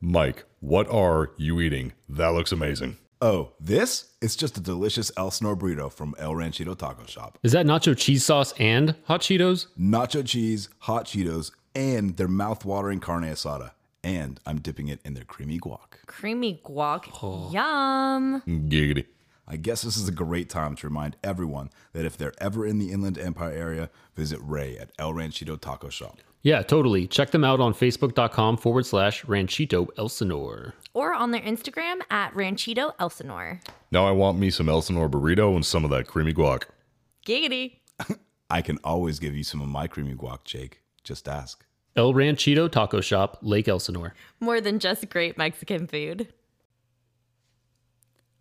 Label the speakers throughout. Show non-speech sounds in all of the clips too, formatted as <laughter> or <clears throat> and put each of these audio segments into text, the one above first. Speaker 1: Mike, what are you eating? That looks amazing.
Speaker 2: Oh, this? It's just a delicious El Snor burrito from El Ranchito Taco Shop.
Speaker 3: Is that nacho cheese sauce and hot Cheetos?
Speaker 2: Nacho cheese, hot Cheetos, and their mouth-watering carne asada. And I'm dipping it in their creamy guac.
Speaker 4: Creamy guac.
Speaker 1: Oh.
Speaker 4: Yum.
Speaker 1: Giggity.
Speaker 2: I guess this is a great time to remind everyone that if they're ever in the Inland Empire area, visit Ray at El Ranchito Taco Shop.
Speaker 3: Yeah, totally. Check them out on facebook.com forward slash ranchito elsinore.
Speaker 4: Or on their Instagram at Ranchito Elsinore.
Speaker 1: Now I want me some Elsinore burrito and some of that creamy guac.
Speaker 4: Giggity.
Speaker 2: I can always give you some of my creamy guac, Jake. Just ask.
Speaker 3: El Ranchito Taco Shop, Lake Elsinore.
Speaker 4: More than just great Mexican food.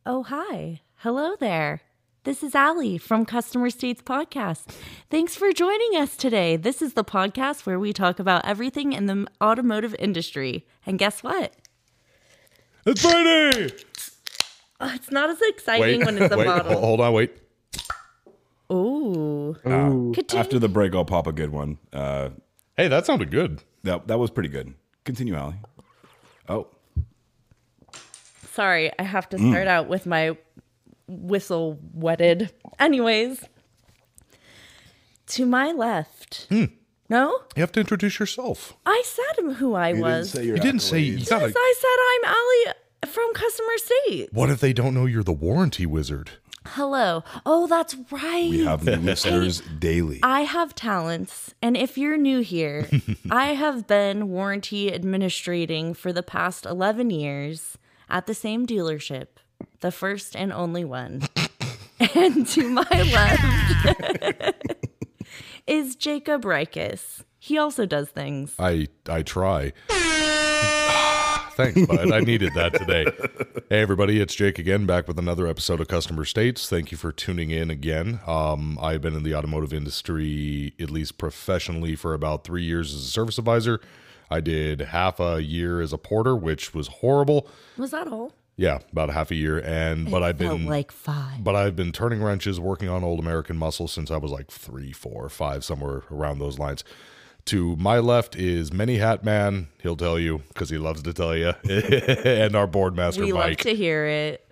Speaker 4: Oh, hi. Hello there. This is Allie from Customer States Podcast. Thanks for joining us today. This is the podcast where we talk about everything in the automotive industry. And guess what?
Speaker 1: It's Friday!
Speaker 4: Oh, it's not as exciting when it's a
Speaker 1: wait,
Speaker 4: bottle.
Speaker 1: hol- hold on, wait.
Speaker 4: Ooh. Continue.
Speaker 2: After the break, I'll pop a good one. Uh,
Speaker 1: Hey, that sounded good.
Speaker 2: that, that was pretty good. Continue, Allie. Oh,
Speaker 4: Sorry, I have to start
Speaker 1: Mm.
Speaker 4: out with my whistle wetted. Anyways, to my left.
Speaker 1: Hmm.
Speaker 4: No?
Speaker 1: You have to introduce yourself.
Speaker 4: I said who I was.
Speaker 2: your
Speaker 1: You didn't say you gotta-
Speaker 4: Yes, I said I'm Allie from Customer State.
Speaker 1: What if they don't know you're the warranty wizard?
Speaker 4: Hello. Oh, that's right.
Speaker 2: We have
Speaker 1: <laughs>
Speaker 2: new listeners daily.
Speaker 4: I have talents, and if you're
Speaker 1: <laughs>
Speaker 4: new here, I have been warranty administrating for the past 11 years at the same dealership, the first and
Speaker 1: <laughs>
Speaker 4: only one. and to my left is Jacob Rikus. He also does things.
Speaker 1: I I try. Thanks, bud. I needed that today. Hey, everybody, it's Jake again, back with another episode of Customer States. Thank you for tuning in again. Um, I've been in the automotive industry, at least professionally, for about three years as a service advisor. I did half a year as a porter, which was horrible.
Speaker 4: Was that all?
Speaker 1: Yeah, about half a year, and but I've
Speaker 4: Felt
Speaker 1: been
Speaker 4: like five.
Speaker 1: but I've been turning wrenches, working on old American muscle since I was like three, four, five, somewhere around those lines. To my left is Many Hat Man. He'll tell you because he loves to tell you. <laughs> and our board master,
Speaker 4: We love
Speaker 1: Mike.
Speaker 4: to hear it.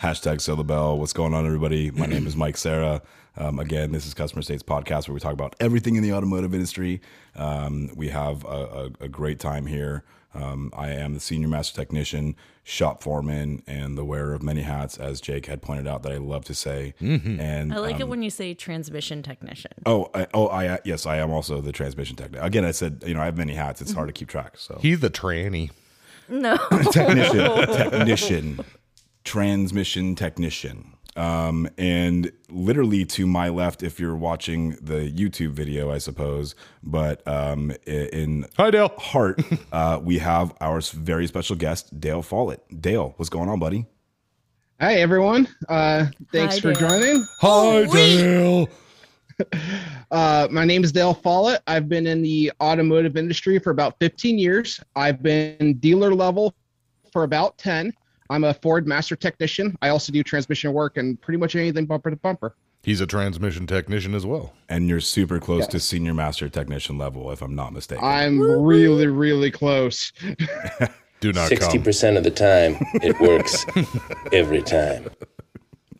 Speaker 2: Hashtag sell the bell. What's going on, everybody? My name is Mike Sarah. Um, again, this is Customer States Podcast, where we talk about everything in the automotive industry. Um, we have a, a, a great time here. Um, I am the senior master technician, shop foreman, and the wearer of many hats, as Jake had pointed out that I love to say. And
Speaker 4: I like
Speaker 1: Um,
Speaker 4: it when you say transmission technician.
Speaker 2: oh, I, oh, I yes, I am also the transmission technician. Again, I said you know I have many hats. It's hard to keep track. So
Speaker 1: He the tranny.
Speaker 4: No.
Speaker 2: technician, <laughs> technician, transmission technician. Um, and literally to my left, if you're watching the YouTube video, I suppose, but um, i- in
Speaker 1: Hi, Dale.
Speaker 2: heart, uh, we have our s- very special guest, Dale Follett. Dale, what's going on, buddy?
Speaker 5: Hi everyone. Uh, thanks
Speaker 4: Hi,
Speaker 5: for
Speaker 4: Dale.
Speaker 5: joining.
Speaker 1: Hi, Dale.
Speaker 5: Uh, my name is Dale Follett. I've been in the automotive industry for about 15 years. I've been dealer level for about 10. I'm a Ford master technician. I also do transmission work and pretty much anything bumper to bumper.
Speaker 1: He's a transmission technician as well.
Speaker 2: And you're super close to senior master technician level, if I'm not mistaken.
Speaker 5: I'm really, really close.
Speaker 1: Do not
Speaker 6: Sixty
Speaker 1: come.
Speaker 6: percent of the time, it works every time.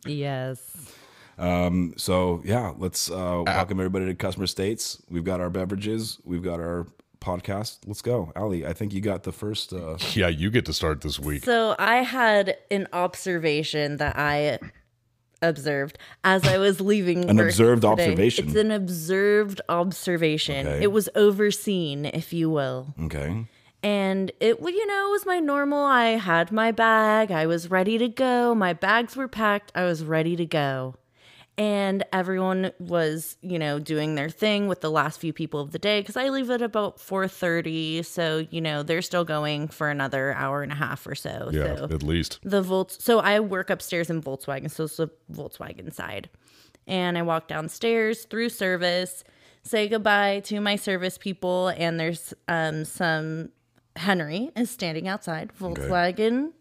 Speaker 4: yes.
Speaker 2: Um, so yeah, let's uh, welcome everybody to Customer States. We've got our beverages, we've got our podcast. Let's go, Ali. I think you got the first. Uh,
Speaker 1: Yeah, you get to start this week.
Speaker 4: So I had an observation that I observed as I was leaving.
Speaker 2: An
Speaker 4: work
Speaker 2: observed
Speaker 4: today.
Speaker 2: observation?
Speaker 4: It's an observed observation.
Speaker 2: Okay.
Speaker 4: It was overseen, if you will.
Speaker 2: okay.
Speaker 4: And it, well, you know, was my normal. I had my bag. I was ready to go. My bags were packed. I was ready to go. And everyone was, you know, doing their thing with the last few people of the day because I leave at about four thirty. So you know they're still going for another hour and a half or so.
Speaker 1: Yeah,
Speaker 4: so
Speaker 1: at least.
Speaker 4: the Volts. So I work upstairs in Volkswagen, so it's the Volkswagen side. And I walk downstairs through service, say goodbye to my service people, and there's um some Henry is standing outside Volkswagen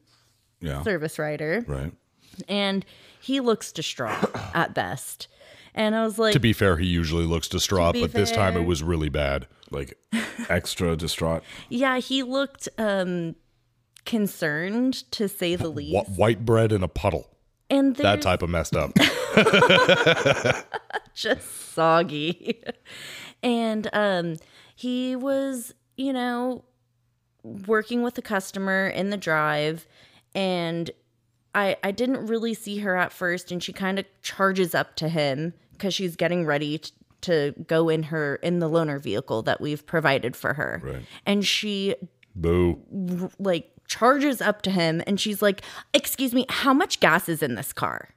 Speaker 2: Yeah.
Speaker 4: service rider,
Speaker 2: Right.
Speaker 1: <coughs>
Speaker 4: and he looks distraught at best. And I was like,
Speaker 1: To be fair, he usually looks distraught,
Speaker 4: be
Speaker 1: but this time it
Speaker 4: fair.
Speaker 1: was really bad.
Speaker 4: <laughs>
Speaker 2: like extra distraught.
Speaker 4: yeah, he looked um concerned to say the least.
Speaker 1: Wh- white bread in a puddle.
Speaker 4: And
Speaker 1: That
Speaker 4: there's
Speaker 1: type of messed
Speaker 4: <laughs>
Speaker 1: up.
Speaker 4: just soggy. <laughs> and um he was, you know, working with a customer in the drive and I I didn't really see her at first and she kind of charges up to him cuz she's getting ready t- to go in her in the loaner vehicle that we've provided for her.
Speaker 2: Right.
Speaker 4: And she
Speaker 1: Boo.
Speaker 4: like charges up to him and she's like, "Excuse me, how much gas is in this car?"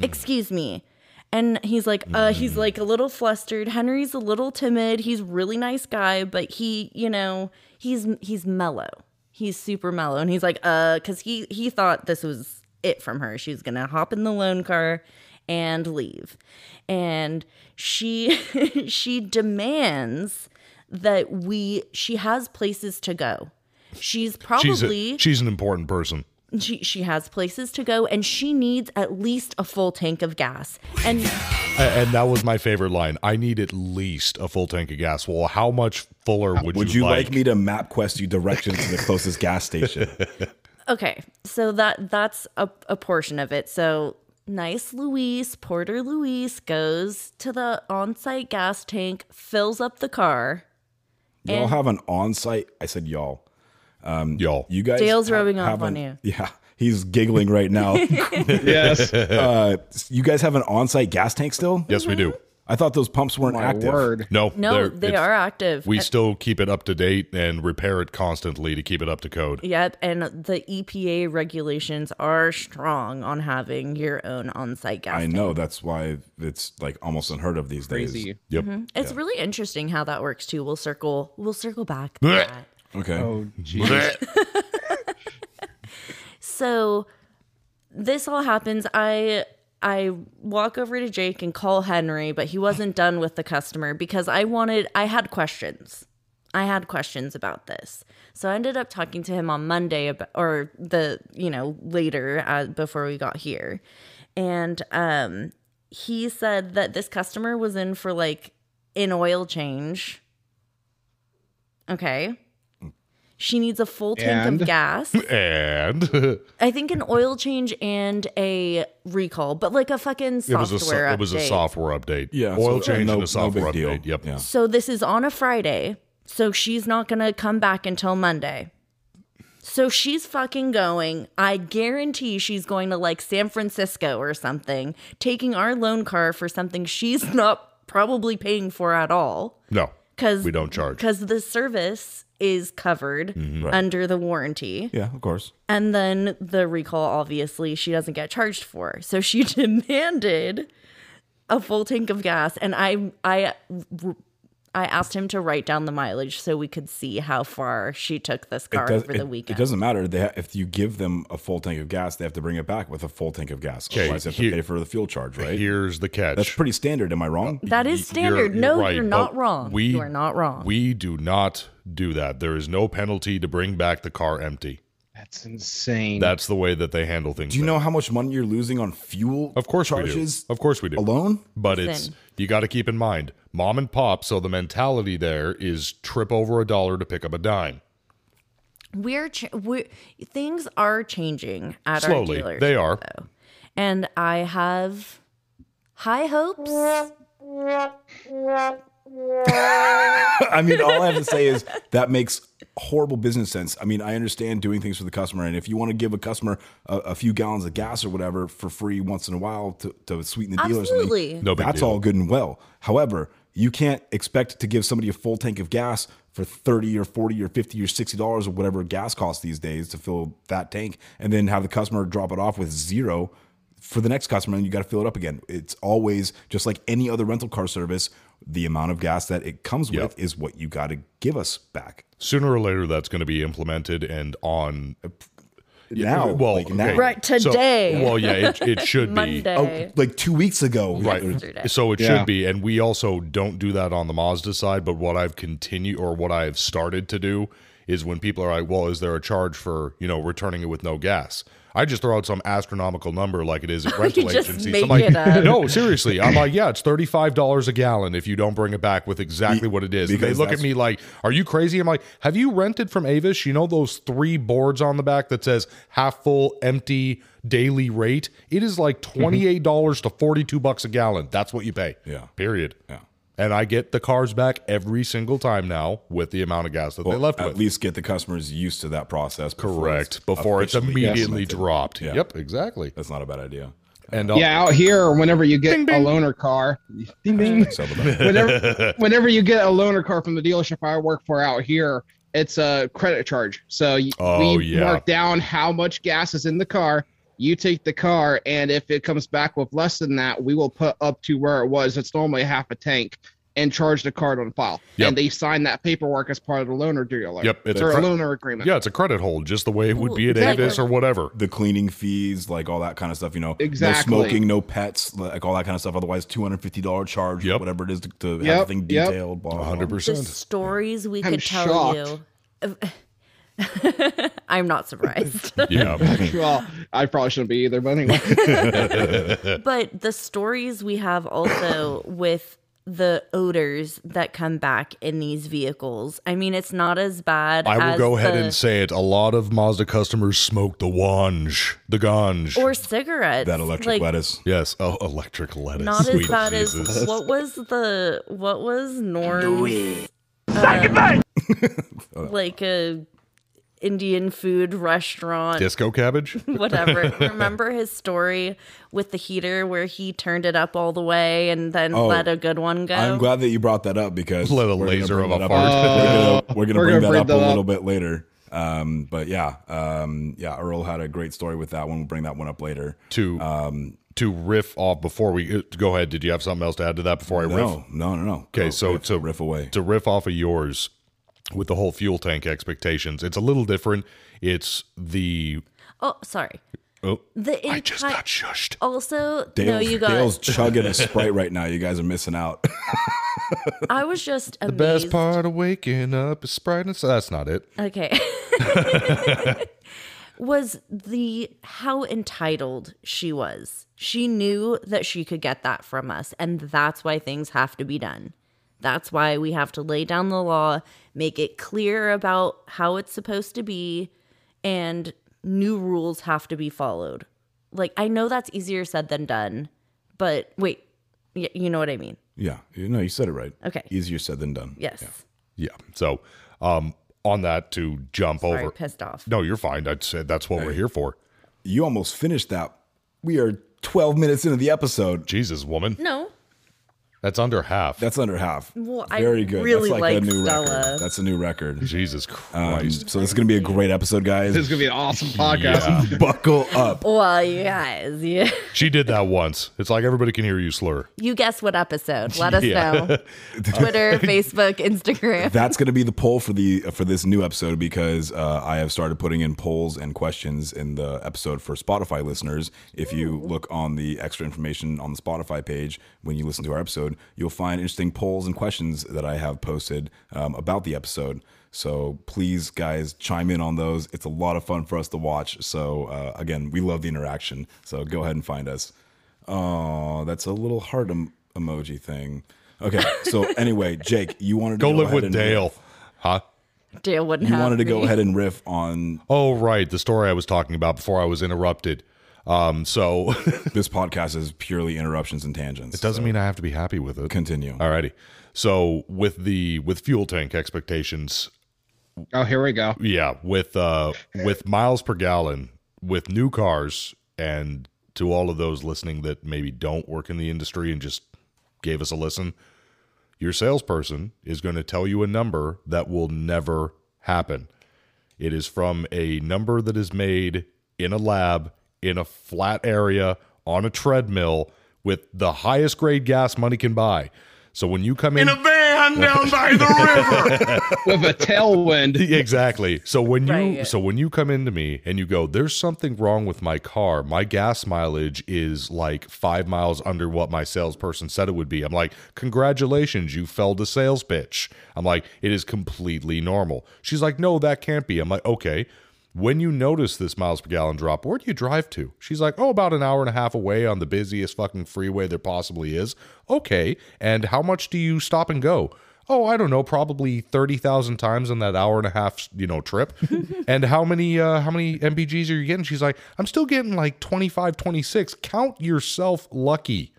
Speaker 4: Excuse me. And he's like, uh, he's like a little flustered. Henry's a little timid. He's a really nice guy, but he, you know, he's he's mellow. He's super mellow, and he's like, uh, because he he thought this was it from her. She was gonna hop in the loan car and leave, and she <laughs> she demands that we. She has places to go. She's probably
Speaker 1: She's, a, she's an important person.
Speaker 4: she she has places to go and she needs at least a full tank of gas and
Speaker 1: A- And that was my favorite line. I need at least a full tank of gas. Well, how much fuller would,
Speaker 2: Would you like, me to map quest you directions to the closest
Speaker 1: <laughs>
Speaker 2: gas station?
Speaker 4: okay so that that's a, a portion of it so nice luis porter luis goes to the on-site gas tank fills up the car
Speaker 2: Y'all have an on-site. I said y'all.
Speaker 1: Y'all.
Speaker 2: You guys.
Speaker 4: Dale's
Speaker 2: ha-
Speaker 4: rubbing off
Speaker 2: have
Speaker 4: on
Speaker 2: an-
Speaker 4: you.
Speaker 2: <laughs> Yeah, he's giggling right
Speaker 4: <laughs>
Speaker 2: now.
Speaker 5: Yes.
Speaker 2: <laughs> uh, you guys have an on-site gas tank still?
Speaker 1: yes, we do.
Speaker 2: I thought those pumps weren't
Speaker 5: My
Speaker 2: active.
Speaker 5: word.
Speaker 1: No,
Speaker 4: Mm-hmm. no
Speaker 1: they're-
Speaker 4: they
Speaker 1: it's-
Speaker 4: are active
Speaker 1: We still keep it up to date and repair it constantly to keep it up to code.
Speaker 4: Yep, and the EPA regulations are strong on having your own on-site gas.
Speaker 2: I know that's why it's like almost unheard of these days.
Speaker 5: Crazy.
Speaker 1: Yep.
Speaker 4: It's really interesting how that works too. We'll circle we'll circle back. to
Speaker 1: Blech.
Speaker 4: that.
Speaker 2: Okay.
Speaker 5: Oh,
Speaker 4: so this all happens i i walk over to jake and call henry but he wasn't done with the customer because i wanted i had questions i had questions about this so i ended up talking to him on monday about, or the you know later uh, before we got here and um he said that this customer was in for like an oil change okay she needs a full tank
Speaker 5: And?
Speaker 4: of gas
Speaker 1: And <laughs> it
Speaker 4: I think an oil change and a recall, but like a fucking software
Speaker 1: was a so-
Speaker 4: update.
Speaker 1: it was a software update.
Speaker 2: Yeah,
Speaker 1: Oil
Speaker 2: so uh,
Speaker 1: change
Speaker 2: no-
Speaker 1: and a software
Speaker 2: no big deal.
Speaker 1: update. Yep.
Speaker 2: Yeah.
Speaker 4: So this is on a Friday, so she's not gonna come back until Monday. So she's fucking going. I guarantee she's going to like San Francisco or something, taking our loan car for something she's <laughs> not probably paying for at all.
Speaker 1: No.
Speaker 4: Because
Speaker 1: We don't charge. Mm-hmm.
Speaker 4: Because the service is covered under the warranty.
Speaker 2: Yeah, of course.
Speaker 4: And then the recall, obviously, she doesn't get charged for. So she <laughs> demanded a full tank of gas, and I, I, I asked him to write down the mileage so we could see how far she took this car
Speaker 2: does-
Speaker 4: over the
Speaker 2: it
Speaker 4: weekend.
Speaker 2: doesn't matter. They ha- if you give them a full tank of gas, they have to bring it back with a full tank of gas. Otherwise, they have to
Speaker 1: here-
Speaker 2: pay for the fuel charge, right?
Speaker 1: Here's the catch.
Speaker 2: That's pretty standard. Am I wrong?
Speaker 1: Uh,
Speaker 4: that is
Speaker 1: You're-
Speaker 4: standard. no,
Speaker 1: right,
Speaker 4: you're not
Speaker 1: but
Speaker 4: wrong.
Speaker 1: we-
Speaker 4: you are not wrong.
Speaker 1: We do not do that. There is no penalty to bring back the car empty.
Speaker 5: That's insane.
Speaker 1: That's the way that they handle things.
Speaker 2: Mm. Do you
Speaker 1: there.
Speaker 2: know how much money you're losing on fuel?
Speaker 1: Of course
Speaker 2: charges
Speaker 1: we do. Of course we do.
Speaker 2: alone. <laughs>
Speaker 1: But it's
Speaker 4: Listen.
Speaker 1: you got to keep in mind, mom and pop. So the mentality there is trip over a dollar to pick up a dime.
Speaker 4: we're, ch- we're things are changing at
Speaker 1: Slowly,
Speaker 4: our dealers,
Speaker 1: they are.
Speaker 4: and I have high hopes.
Speaker 2: I mean, all I have to say is that makes horrible business sense. I mean, I understand doing things for the customer, and if you want to give a customer a, a few gallons of gas or whatever for free once in a while to, to sweeten the deal or something,
Speaker 4: Absolutely.
Speaker 1: No big
Speaker 2: that's
Speaker 1: deal.
Speaker 2: all good and well. However, you can't expect to give somebody a full tank of gas for thirty or forty or fifty or sixty dollars or whatever gas costs these days to fill that tank, and then have the customer drop it off with zero for the next customer, and you got to fill it up again. It's always just like any other rental car service. The amount of gas that it comes
Speaker 1: Yep.
Speaker 2: with is what you got to give us back
Speaker 1: Sooner or later, that's going to be implemented and on
Speaker 2: now.
Speaker 1: Well,
Speaker 2: Oh, like now.
Speaker 1: okay.
Speaker 4: Right today.
Speaker 1: So, well, yeah, it, it should be.
Speaker 4: <laughs> Monday.
Speaker 2: Oh, like two weeks ago,
Speaker 1: Right.
Speaker 4: yesterday.
Speaker 1: So it
Speaker 5: Yeah.
Speaker 1: should be. And we also don't do that on the Mazda side. But what I've continued or what I have started to do is when people are like, well, is there a charge for, you know, returning it with no gas? I just throw out some astronomical number like it is
Speaker 4: <laughs>
Speaker 1: at rental
Speaker 4: just
Speaker 1: agencies.
Speaker 4: make
Speaker 1: I'm like,
Speaker 4: it up.
Speaker 1: no, seriously. I'm like, yeah, it's $35 a gallon if you don't bring it back with exactly what it is. And they
Speaker 2: because
Speaker 1: look at
Speaker 2: that's-
Speaker 1: me like, are you crazy? I'm like, have you rented from Avis? You know those three boards on the back that says half full, empty, daily rate? It is like
Speaker 2: Mm-hmm.
Speaker 1: $28 dollars to 42 bucks a gallon. That's what you pay.
Speaker 2: Yeah.
Speaker 1: Period.
Speaker 2: Yeah.
Speaker 1: And I get the cars back every single time now with the amount of gas that they left
Speaker 2: at
Speaker 1: with.
Speaker 2: least get the customers used to that process. before it's
Speaker 1: Correct. Before it's
Speaker 2: officially
Speaker 1: immediately
Speaker 2: implemented.
Speaker 1: dropped.
Speaker 2: Yeah.
Speaker 1: Yep, exactly.
Speaker 2: That's not a bad idea.
Speaker 1: And uh,
Speaker 5: Yeah, out here, whenever you get a loaner car, ding, ding.
Speaker 2: So
Speaker 1: <laughs>
Speaker 2: about-
Speaker 5: whenever, whenever you get a loaner car from the dealership I work for out here, it's a credit charge. So y-
Speaker 1: Oh,
Speaker 5: we
Speaker 1: yeah.
Speaker 5: mark down how much gas is in the car. You take the car, and if it comes back with less than that, we will put up to where it was. It's normally half a tank, and charge the card on file.
Speaker 1: Yep.
Speaker 5: And they sign that paperwork as part of the loaner deal.
Speaker 1: Yep, it's
Speaker 5: it's
Speaker 1: a
Speaker 5: or a
Speaker 1: cre-
Speaker 5: loaner agreement.
Speaker 1: yeah, it's a credit hold just the way it would
Speaker 4: Ooh,
Speaker 1: be at
Speaker 4: exactly.
Speaker 1: Avis or whatever.
Speaker 2: the cleaning fees, like all that kind of stuff, you know,
Speaker 5: Exactly.
Speaker 2: no smoking, no pets, like all that kind of stuff. Otherwise, two hundred fifty dollar charge,
Speaker 1: Yep.
Speaker 2: whatever it is to, to
Speaker 5: Yep,
Speaker 2: have the thing
Speaker 5: yep.
Speaker 2: detailed. Blah, blah, blah.
Speaker 1: 100%.
Speaker 4: The stories we
Speaker 5: I'm
Speaker 4: could tell
Speaker 5: shocked.
Speaker 4: you. <laughs> I'm
Speaker 1: <laughs>
Speaker 4: not surprised.
Speaker 1: Yeah.
Speaker 5: <laughs> Well, I probably shouldn't be either, but anyway. <laughs>
Speaker 4: but the stories we
Speaker 1: <coughs>
Speaker 4: have also with the odors that come back in these vehicles. I mean, it's not as bad.
Speaker 1: I will
Speaker 4: as
Speaker 1: go ahead
Speaker 4: the-
Speaker 1: and say it. A lot of Mazda customers smoke the wange, the ganj.
Speaker 4: or cigarettes.
Speaker 2: That electric
Speaker 4: like,
Speaker 2: lettuce.
Speaker 1: yes. Oh, electric lettuce.
Speaker 4: Not as
Speaker 1: Sweet
Speaker 4: bad
Speaker 1: Jesus.
Speaker 4: as what was the what was Norm's
Speaker 1: <laughs>
Speaker 4: uh, like a Indian food restaurant
Speaker 1: disco cabbage.
Speaker 4: <laughs>
Speaker 2: <laughs>
Speaker 4: whatever. Remember his story with the heater where he turned it up all the way and then
Speaker 2: Oh.
Speaker 4: let a good one go?
Speaker 2: I'm glad that you brought that up because
Speaker 1: Let a
Speaker 2: we're gonna
Speaker 1: laser
Speaker 2: bring
Speaker 1: of a
Speaker 2: that up-
Speaker 1: fart.
Speaker 2: we're gonna, we're gonna
Speaker 5: Uh, We're
Speaker 2: bring
Speaker 5: gonna
Speaker 2: that
Speaker 5: bring
Speaker 2: up
Speaker 5: that
Speaker 2: a
Speaker 5: up.
Speaker 2: little bit later. Um, but yeah, um, yeah, Earl had a great story with that one. We'll bring that one up later.
Speaker 1: to um, to riff off before we uh, go ahead. Did you have something else to add to that before I riff?
Speaker 2: No, no, no, no.
Speaker 1: Okay,
Speaker 2: Go,
Speaker 1: so
Speaker 2: riff,
Speaker 1: to-
Speaker 2: riff away.
Speaker 1: to riff off of yours with the whole fuel tank expectations, it's a little different. It's the
Speaker 4: oh, sorry.
Speaker 1: oh,
Speaker 4: The
Speaker 1: I just
Speaker 4: entire-
Speaker 1: got shushed.
Speaker 4: also no,
Speaker 2: Dale's,
Speaker 4: you got.
Speaker 2: Dale's chugging
Speaker 1: <laughs>
Speaker 2: a sprite right now. You guys are missing out.
Speaker 4: I was just
Speaker 1: The
Speaker 4: amazed.
Speaker 1: best part of waking up is Sprite. and- That's not it.
Speaker 4: Okay. <laughs> was the how entitled she was. She knew that she could get that from us, and that's why things have to be done. That's why we have to lay down the law, make it clear about how it's supposed to be, and new rules have to be followed. Like, I know that's easier said than done, but wait, y- you know what I mean?
Speaker 2: yeah, you know, you said it right.
Speaker 4: Okay.
Speaker 2: easier said than done.
Speaker 4: Yes.
Speaker 1: Yeah. So, um, on that to jump
Speaker 4: Sorry,
Speaker 1: over.
Speaker 4: pissed off.
Speaker 1: No, you're fine. I said that's what we're here for.
Speaker 2: You almost finished that. We are 12 minutes into the episode.
Speaker 1: Jesus, woman,
Speaker 4: No.
Speaker 1: that's under half.
Speaker 2: That's under half.
Speaker 4: Well, I
Speaker 2: Very good.
Speaker 4: really
Speaker 2: That's
Speaker 4: like Stella.
Speaker 2: record. That's a new record.
Speaker 1: Jesus
Speaker 2: Um,
Speaker 1: Christ.
Speaker 2: so this is gonna be a great episode,
Speaker 5: this is
Speaker 2: guys. Uh,
Speaker 5: going to be an awesome podcast.
Speaker 1: Yeah.
Speaker 2: Buckle up.
Speaker 4: Well, you guys, yeah.
Speaker 1: she did that once. It's like everybody can hear you slur.
Speaker 4: you guess what episode. Let us
Speaker 1: Yeah. <laughs>
Speaker 4: know. Twitter, Facebook, Instagram.
Speaker 2: That's gonna be the poll for the for this new episode because uh, I have started putting in polls and questions in the episode for Spotify listeners. If you look on the extra information on the Spotify page when you listen to our episode, you'll find interesting polls and questions that I have posted um, about the episode. So please, guys, chime in on those. It's a lot of fun for us to watch. So uh, again, we love the interaction. So go ahead and find us. Oh, that's a little heart em- emoji thing. Okay, so anyway, Jake, you wanted to
Speaker 1: Go live
Speaker 2: ahead
Speaker 1: with
Speaker 2: and-
Speaker 1: Dale. Huh?
Speaker 4: Dale wouldn't
Speaker 2: You
Speaker 4: have
Speaker 2: wanted to go
Speaker 4: me.
Speaker 2: ahead and riff on
Speaker 1: Oh, right. The story I was talking about before I was interrupted. Um, so <laughs> it
Speaker 2: this podcast is purely interruptions and tangents. It
Speaker 1: doesn't mean I have to be happy with it.
Speaker 2: continue.
Speaker 1: Alrighty. So with the with fuel tank expectations,
Speaker 5: Oh, here we go.
Speaker 1: yeah, with uh with miles per gallon, with new cars, and to all of those listening that maybe don't work in the industry and just gave us a listen, your salesperson is going to tell you a number that will never happen. It is from a number that is made in a lab, in a flat area, on a treadmill with the highest grade gas money can buy. So when you come in, a van,
Speaker 2: run down by the river.
Speaker 5: with a tailwind.
Speaker 1: <laughs> exactly. So when you
Speaker 4: Right.
Speaker 1: so when you come into me and you go, there's something wrong with my car. My gas mileage is like five miles under what my salesperson said it would be. I'm like, congratulations, you fell to sales pitch. I'm like, it is completely normal. She's like, no, that can't be. I'm like, okay. When you notice this miles per gallon drop, where do you drive to? She's like, oh, about an hour and a half away on the busiest fucking freeway there possibly is. Okay. And how much do you stop and go? Oh, I don't know, probably thirty thousand times on that hour and a half, you know, trip. and how many uh, how many MBGs are you getting? She's like, I'm still getting like 25, 26. Count yourself lucky.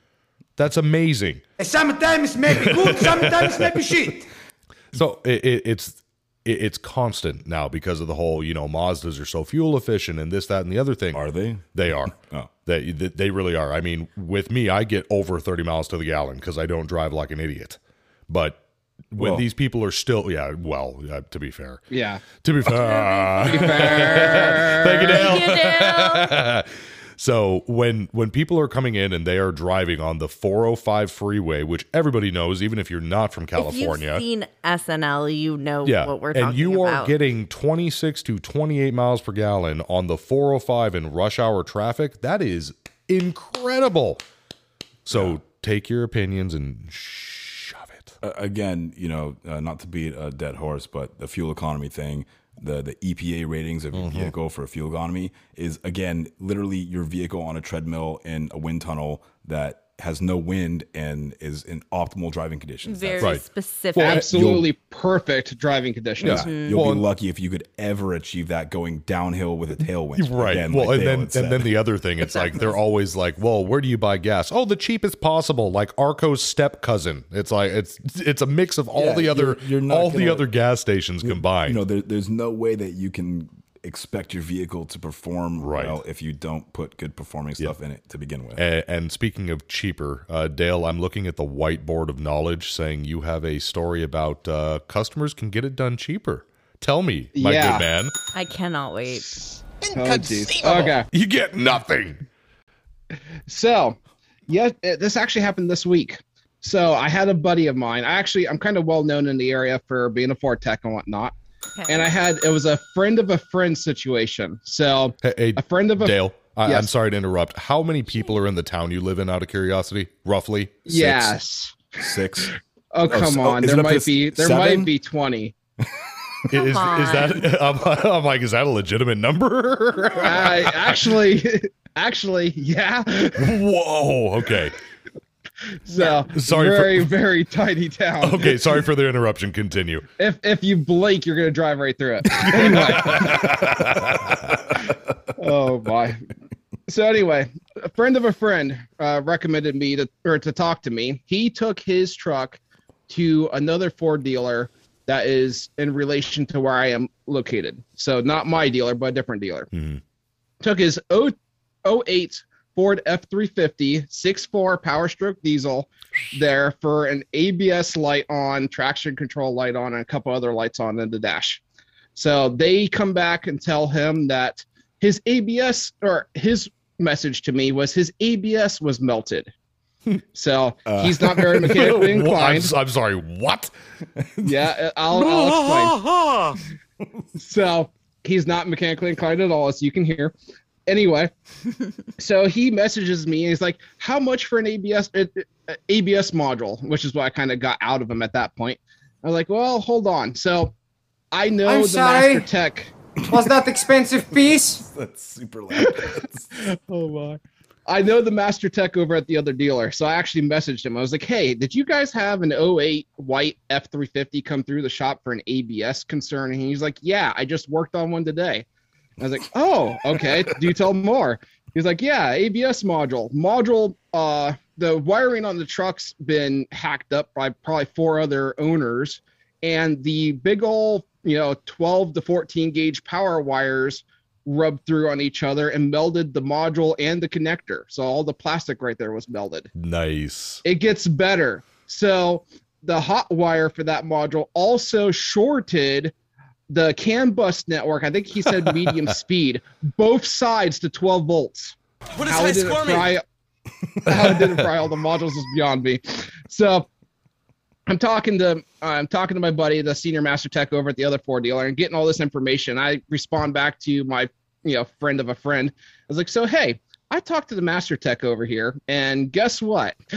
Speaker 1: That's amazing.
Speaker 7: Sometimes maybe good, sometimes maybe shit.
Speaker 1: So it, it, it's it, it's constant now because of the whole, you know, Mazdas are so fuel efficient and this, that, and the other thing.
Speaker 2: Are they?
Speaker 1: They are.
Speaker 2: <laughs> Oh.
Speaker 1: They, they they really are. I mean, with me, I get over 30 miles to the gallon because I don't drive like an idiot. But when
Speaker 2: Well.
Speaker 1: these people are still, yeah, well, uh, to be fair,
Speaker 5: Yeah.
Speaker 1: to be fair,
Speaker 2: <laughs>
Speaker 1: thank you,
Speaker 4: Thank you,
Speaker 1: Dale.
Speaker 4: Dale.
Speaker 1: So when when people are coming in and they are driving on the 405 freeway, which everybody knows, even if you're not from
Speaker 4: <laughs> If you've
Speaker 1: California,
Speaker 4: seen SNL, you know
Speaker 1: yeah,
Speaker 4: what we're talking about.
Speaker 1: and you are getting 26 to 28 miles per gallon on the 405 in rush hour traffic, that is incredible. So take your opinions and shove it.
Speaker 2: Uh, again, you know, uh, not to beat a dead horse, but the fuel economy thing, the the EPA ratings of
Speaker 1: Mm-hmm.
Speaker 2: your vehicle for fuel economy is again literally your vehicle on a treadmill in a wind tunnel that has no wind and is in optimal driving conditions.
Speaker 4: very
Speaker 1: Right.
Speaker 4: specific.
Speaker 5: Absolutely perfect driving conditions.
Speaker 2: That's- You'll be lucky if you could ever achieve that going downhill with a
Speaker 1: <laughs>
Speaker 2: tailwind.
Speaker 1: Right.
Speaker 2: Again,
Speaker 1: well, and
Speaker 2: like Dale
Speaker 1: then
Speaker 2: had
Speaker 1: and
Speaker 2: said.
Speaker 1: then the other thing, it's like
Speaker 4: <laughs>
Speaker 1: they're always like, "Well, where do you buy gas? Oh, the cheapest possible, like Arco's step cousin." It's like it's it's a mix of all
Speaker 2: Yeah,
Speaker 1: the other
Speaker 2: you're- you're not
Speaker 1: all the
Speaker 2: gonna-
Speaker 1: other gas stations combined.
Speaker 2: you know, there, there's no way that you can expect your vehicle to perform
Speaker 1: Right. Eh.
Speaker 2: well if you don't put good performing stuff in it to begin with.
Speaker 1: A- and speaking of cheaper, uh, Dale, I'm looking at the whiteboard of knowledge saying you have a story about uh, customers can get it done cheaper. Tell me, my
Speaker 5: Yeah.
Speaker 1: good man,
Speaker 4: I cannot wait.
Speaker 5: Oh, geez. okay.
Speaker 1: you get nothing.
Speaker 5: So, yeah, it- this actually happened this week. So I had a buddy of mine. I actually I'm kind of well known in the area for being a Ford tech and whatnot.
Speaker 4: Okay.
Speaker 5: And I had it was a friend of a friend situation. So
Speaker 1: Hey, hey,
Speaker 5: a friend of a
Speaker 1: Dale, I- I'm
Speaker 5: Yes.
Speaker 1: sorry to interrupt. How many people are in the town you live in? Out of curiosity, roughly.
Speaker 5: yes.
Speaker 1: <laughs>
Speaker 2: Six.
Speaker 5: Oh come
Speaker 2: so- oh,
Speaker 5: on!
Speaker 2: is it
Speaker 5: there
Speaker 2: up to
Speaker 5: might
Speaker 2: s-
Speaker 5: be there
Speaker 2: seven?
Speaker 5: might be twenty.
Speaker 1: Is, is
Speaker 4: Come
Speaker 1: that <laughs> I'm, I'm like, is that a legitimate number? <laughs>
Speaker 5: I actually, <laughs> actually, yeah.
Speaker 1: Whoa. Okay.
Speaker 5: So
Speaker 1: Sorry for- Oh,
Speaker 5: very very tiny town.
Speaker 1: Okay. Sorry for the interruption. Continue.
Speaker 5: If if you blink, you're gonna drive right through it. Anyway. oh boy. So anyway, a friend of a friend uh, recommended me to or to talk to me. He took his truck to another Ford dealer that is in relation to where I am located. So not my dealer, but a different dealer.
Speaker 1: Mhm.
Speaker 5: Took his 0- 08 Ford F350 6.4 Power Stroke diesel there for an ABS light on, traction control light on, and a couple other lights on in the dash. So they come back and tell him that his ABS or his message to me was his ABS was melted. So he's not
Speaker 1: <laughs>
Speaker 5: very mechanically
Speaker 1: Wha- I'm,
Speaker 5: inclined.
Speaker 1: s- I'm sorry. What?
Speaker 5: Yeah, uh, I'll, I'll
Speaker 7: <laughs>
Speaker 5: explain. so he's not mechanically inclined at all, as you can hear. Anyway, so he messages me and he's like, "How much for an ABS uh, uh, ABS module?" Which is what I kind of got out of him at that point. I was like, "Well, hold on." So I know
Speaker 7: I'm
Speaker 5: the
Speaker 7: sorry?
Speaker 5: master tech.
Speaker 7: Was that expensive piece?
Speaker 2: That's super loud. <laughs>
Speaker 5: Oh my. I know the master tech over at the other dealer, so I actually messaged him. I was like, "Hey, did you guys have an 08 white F350 come through the shop for an ABS concern?" And he's like, "Yeah, I just worked on one today." I was like, "Oh, okay. Do you tell more?" He's like, "Yeah, ABS module. Module. Uh, the wiring on the truck's been hacked up by probably four other owners, and the big old, you know, 12 to 14 gauge power wires rubbed through on each other and melded the module and the connector. So all the plastic right there was melded.
Speaker 1: Nice.
Speaker 5: It gets better. So the hot wire for that module also shorted the CAN bus network. I think he said medium speed, both sides to 12 volts. What is how high <laughs> score How it did it fry all the modules is beyond me. So I'm talking to uh, I'm talking to my buddy, the senior master tech over at the other Ford dealer, and getting all this information. I respond back to my you know friend of a friend. I was like, so hey, I talked to the master tech over here, and guess what? <laughs>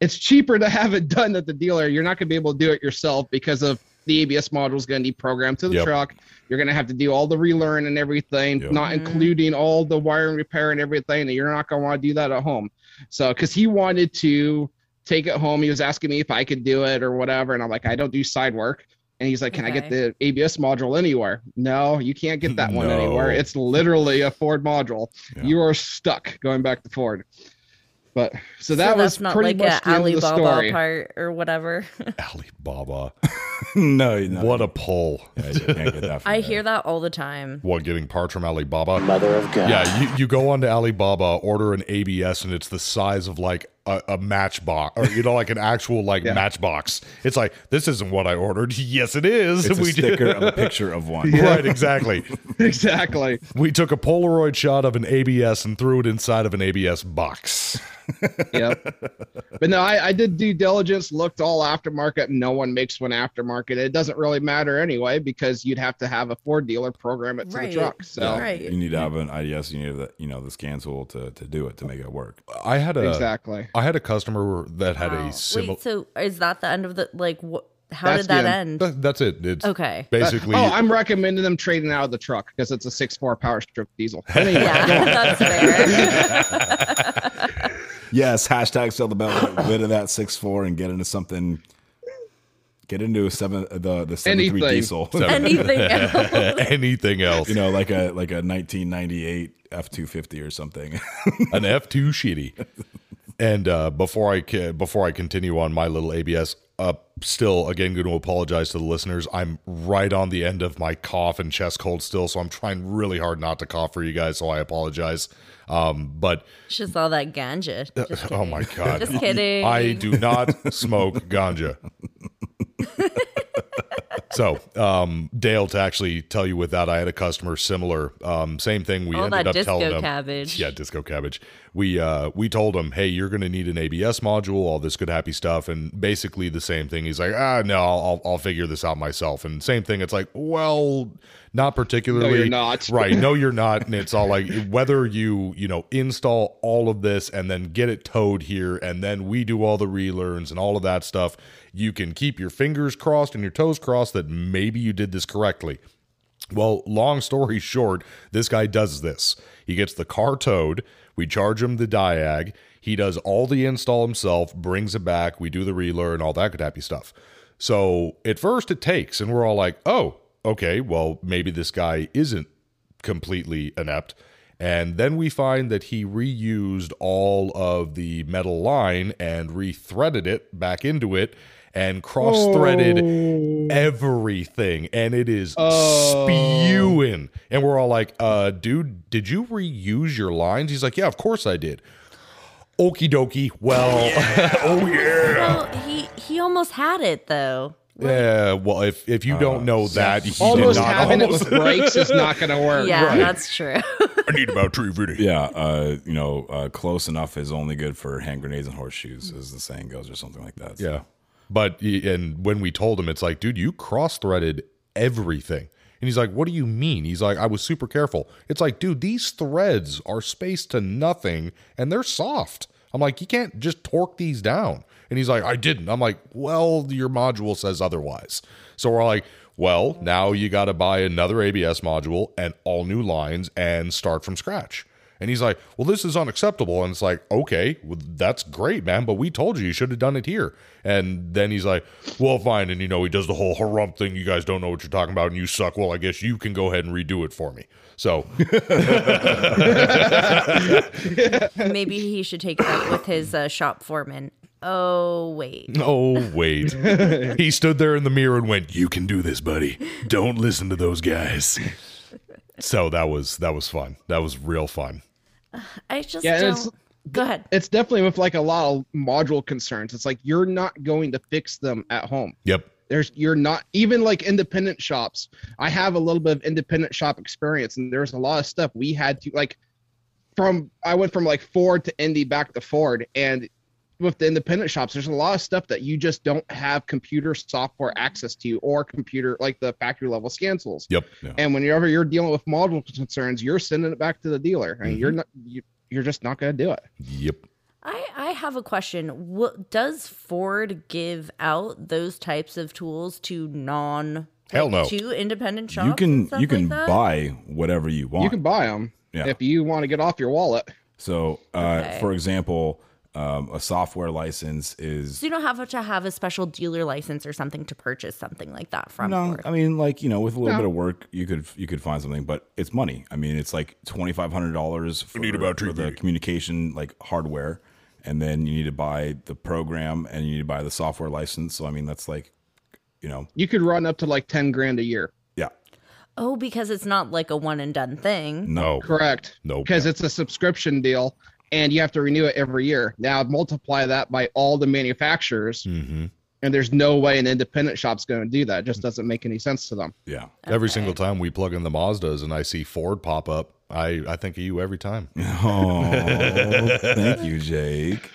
Speaker 5: it's cheaper to have it done at the dealer. You're not going to be able to do it yourself because of the ABS module is going to be programmed to the
Speaker 1: Yep.
Speaker 5: truck. You're going to have to do all the relearn and everything,
Speaker 2: Yep.
Speaker 5: not
Speaker 4: Mhm.
Speaker 5: including all the wiring repair and everything. And you're not going to want to do that at home. So, because he wanted to take it home, he was asking me if I could do it or whatever, and I'm like, I don't do side work. And he's like, Can I get
Speaker 4: Okay.
Speaker 5: the ABS module anywhere? No, you can't get that one
Speaker 2: No.
Speaker 5: anywhere. It's literally a Ford module.
Speaker 2: Yeah.
Speaker 5: You are stuck going back to Ford. But
Speaker 4: so
Speaker 5: so that
Speaker 4: that's
Speaker 5: was
Speaker 4: not
Speaker 5: pretty
Speaker 4: like
Speaker 5: much
Speaker 4: a
Speaker 5: the end of the
Speaker 4: Alibaba
Speaker 5: story.
Speaker 4: part or whatever. <laughs>
Speaker 1: Alibaba.
Speaker 2: no, no,
Speaker 1: What a pull.
Speaker 2: Yeah, you can't get that. From
Speaker 4: I
Speaker 2: there.
Speaker 4: hear that all the time.
Speaker 1: What, getting parts from Alibaba?
Speaker 6: Mother of God.
Speaker 1: Yeah, you, you go onto Alibaba, order an ABS, and it's the size of like a, a matchbox or, you know, like an actual like matchbox. It's like, this isn't what I ordered. <laughs> Yes, it is.
Speaker 2: It's
Speaker 1: <laughs>
Speaker 2: a
Speaker 1: We did-
Speaker 2: sticker of a picture of one.
Speaker 1: Right, exactly.
Speaker 5: <laughs> Exactly.
Speaker 1: We took a Polaroid shot of an ABS and threw it inside of an ABS box.
Speaker 2: <laughs>
Speaker 5: Yep. but no, I, I did due diligence, looked all aftermarket. No one makes one aftermarket. It doesn't really matter anyway because you'd have to have a Ford dealer program it to
Speaker 4: Right.
Speaker 5: the truck. So
Speaker 4: Right.
Speaker 2: You need to have an IDS. You need the you know the scan tool to to do it to make it work.
Speaker 1: I had
Speaker 2: Uh,
Speaker 1: a
Speaker 5: exactly.
Speaker 1: I had a customer that had
Speaker 4: Wow.
Speaker 1: a similar.
Speaker 4: Wait, so is that the end of the like? Wh- how
Speaker 5: That's
Speaker 4: did that
Speaker 5: the
Speaker 4: end?
Speaker 5: <laughs>
Speaker 1: that's it. It's
Speaker 4: Okay.
Speaker 1: Basically,
Speaker 5: oh, I'm recommending them trading out of the truck because it's a six four power strip diesel.
Speaker 1: <laughs>
Speaker 5: Anyway,
Speaker 4: yeah, <laughs> that's fair.
Speaker 2: Yes, hashtag sell the bell. Get rid of that six four and get into something. Get into a seven the the seventy three
Speaker 5: Anything.
Speaker 2: diesel.
Speaker 4: Anything else?
Speaker 1: <laughs> anything else.
Speaker 2: <laughs> You know, like a like a nineteen ninety eight F two fifty or something.
Speaker 1: an F two shitty. <laughs> And uh, before I ca- before I continue on my little ABS, uh, still again going to apologize to the listeners. I'm right on the end of my cough and chest cold still, so I'm trying really hard not to cough for you guys. So I apologize. Um, but
Speaker 4: Just all that ganja. Just
Speaker 1: oh my god,
Speaker 4: <laughs> Just kidding.
Speaker 1: I do not smoke ganja. <laughs> so, um, Dale, to actually tell you with that, I had a customer similar, um, same thing. We
Speaker 4: All
Speaker 1: ended
Speaker 4: that
Speaker 1: up telling
Speaker 4: disco
Speaker 1: them,
Speaker 4: cabbage.
Speaker 1: yeah, disco cabbage. We uh, we told him, hey, you're going to need an ABS module, all this good happy stuff, and basically the same thing. He's like, ah, no, I'll I'll figure this out myself. And same thing. It's like, well, not particularly.
Speaker 5: not.
Speaker 1: Right. No, you're not. And it's all like whether you, you know, install all of this and then get it towed here and then we do all the relearns and all of that stuff, you can keep your fingers crossed and your toes crossed that maybe you did this correctly. Well, long story short, this guy does this. He gets the car towed. We charge him the diag. He does all the install himself, brings it back. We do the relearn, all that good happy stuff. So at first it takes, and we're all like, oh, okay, well, maybe this guy isn't completely inept. And then we find that he reused all of the metal line and rethreaded it back into it and cross threaded
Speaker 5: Oh.
Speaker 1: everything. And it is spewing. And we're all like, uh, dude, did you reuse your lines? He's like, yeah, of course I did. Okie dokie. Well, oh yeah.
Speaker 4: Well, he he almost had it though.
Speaker 1: <laughs> Yeah, well, if if you don't know that, he
Speaker 5: Uh, Almost
Speaker 1: did not
Speaker 5: having
Speaker 1: almost-
Speaker 5: it with brakes is
Speaker 1: <laughs>
Speaker 5: not going to work.
Speaker 4: Yeah, that's true. <laughs>
Speaker 1: I need about three video.
Speaker 2: yeah, uh, you know, uh, close enough is only good for hand grenades and horseshoes, as the saying goes, or something like that.
Speaker 1: Yeah. But and when we told him, it's like, dude, you cross threaded everything. And he's like, what do you mean? He's like, I was super careful. It's like, dude, these threads are spaced to nothing and they're soft. I'm like, you can't just torque these down. And he's like, I didn't. I'm like, well, your module says otherwise. So we're like, well, now you got to buy another ABS module and all new lines and start from scratch. And he's like, "Well, this is unacceptable." And it's like, "Okay, well, that's great, man, but we told you you should have done it here." And then he's like, "Well, fine." And you know, he does the whole harump thing. You guys don't know what you're talking about, and you suck. Well, I guess you can go ahead and redo it for me. So
Speaker 4: Maybe he should take it up with his uh, shop foreman. Oh wait,
Speaker 1: Oh, wait. he stood there in the mirror and went, "You can do this, buddy. Don't listen to those guys." So that was that was fun. That was real fun.
Speaker 4: I just
Speaker 5: Yeah,
Speaker 4: don't.
Speaker 5: it's-
Speaker 4: Go ahead.
Speaker 5: It's definitely with like a lot of module concerns. It's like you're not going to fix them at home.
Speaker 1: Yep.
Speaker 5: there's you're not even like independent shops i have a little bit of independent shop experience and there's a lot of stuff we had to like from i went from like ford to indy back to ford and with the independent shops, there's a lot of stuff that you just don't have computer software access to or computer like the factory level scan tools.
Speaker 1: Yep. Yeah.
Speaker 5: And whenever you're dealing with multiple concerns, you're sending it back to the dealer, and you're not you, you're just not going to do it.
Speaker 1: Yep.
Speaker 4: I, I have a question. What does Ford give out those types of tools to non
Speaker 1: Hell no.
Speaker 4: to independent shops?
Speaker 2: You
Speaker 4: and
Speaker 2: can
Speaker 4: stuff
Speaker 2: you can
Speaker 4: like that?
Speaker 2: buy whatever you want.
Speaker 5: You can buy them
Speaker 2: Yeah.
Speaker 5: if you want to get off your wallet.
Speaker 2: So, uh,
Speaker 4: Okay.
Speaker 2: for example, um, a software license is
Speaker 4: So you don't have to have a special dealer license or something to purchase something like that from
Speaker 2: no.
Speaker 4: Ford.
Speaker 2: I mean, like you know, with a little
Speaker 5: No.
Speaker 2: bit of work, you could you could find something, but it's money. I mean, it's like twenty five hundred dollars for,
Speaker 1: need about
Speaker 2: for the
Speaker 1: 350.
Speaker 2: communication like hardware, and then you need to buy the program and you need to buy the software license. So, I mean, that's like, you know,
Speaker 5: You could run up to like ten grand a year.
Speaker 2: yeah,
Speaker 4: Oh, because it's not like a one and done thing.
Speaker 2: no,
Speaker 5: Correct.
Speaker 1: No.
Speaker 5: Because it's a subscription deal and you have to renew it every year. Now multiply that by all the manufacturers
Speaker 1: Mm-hmm.
Speaker 5: and there's no way an independent shop's going to do that. It just doesn't make any sense to them.
Speaker 2: yeah.
Speaker 1: Every single time we plug in the Mazdas and I see Ford pop up, I, I think of you every time.
Speaker 2: Oh,
Speaker 1: <laughs>
Speaker 2: thank you, Jake.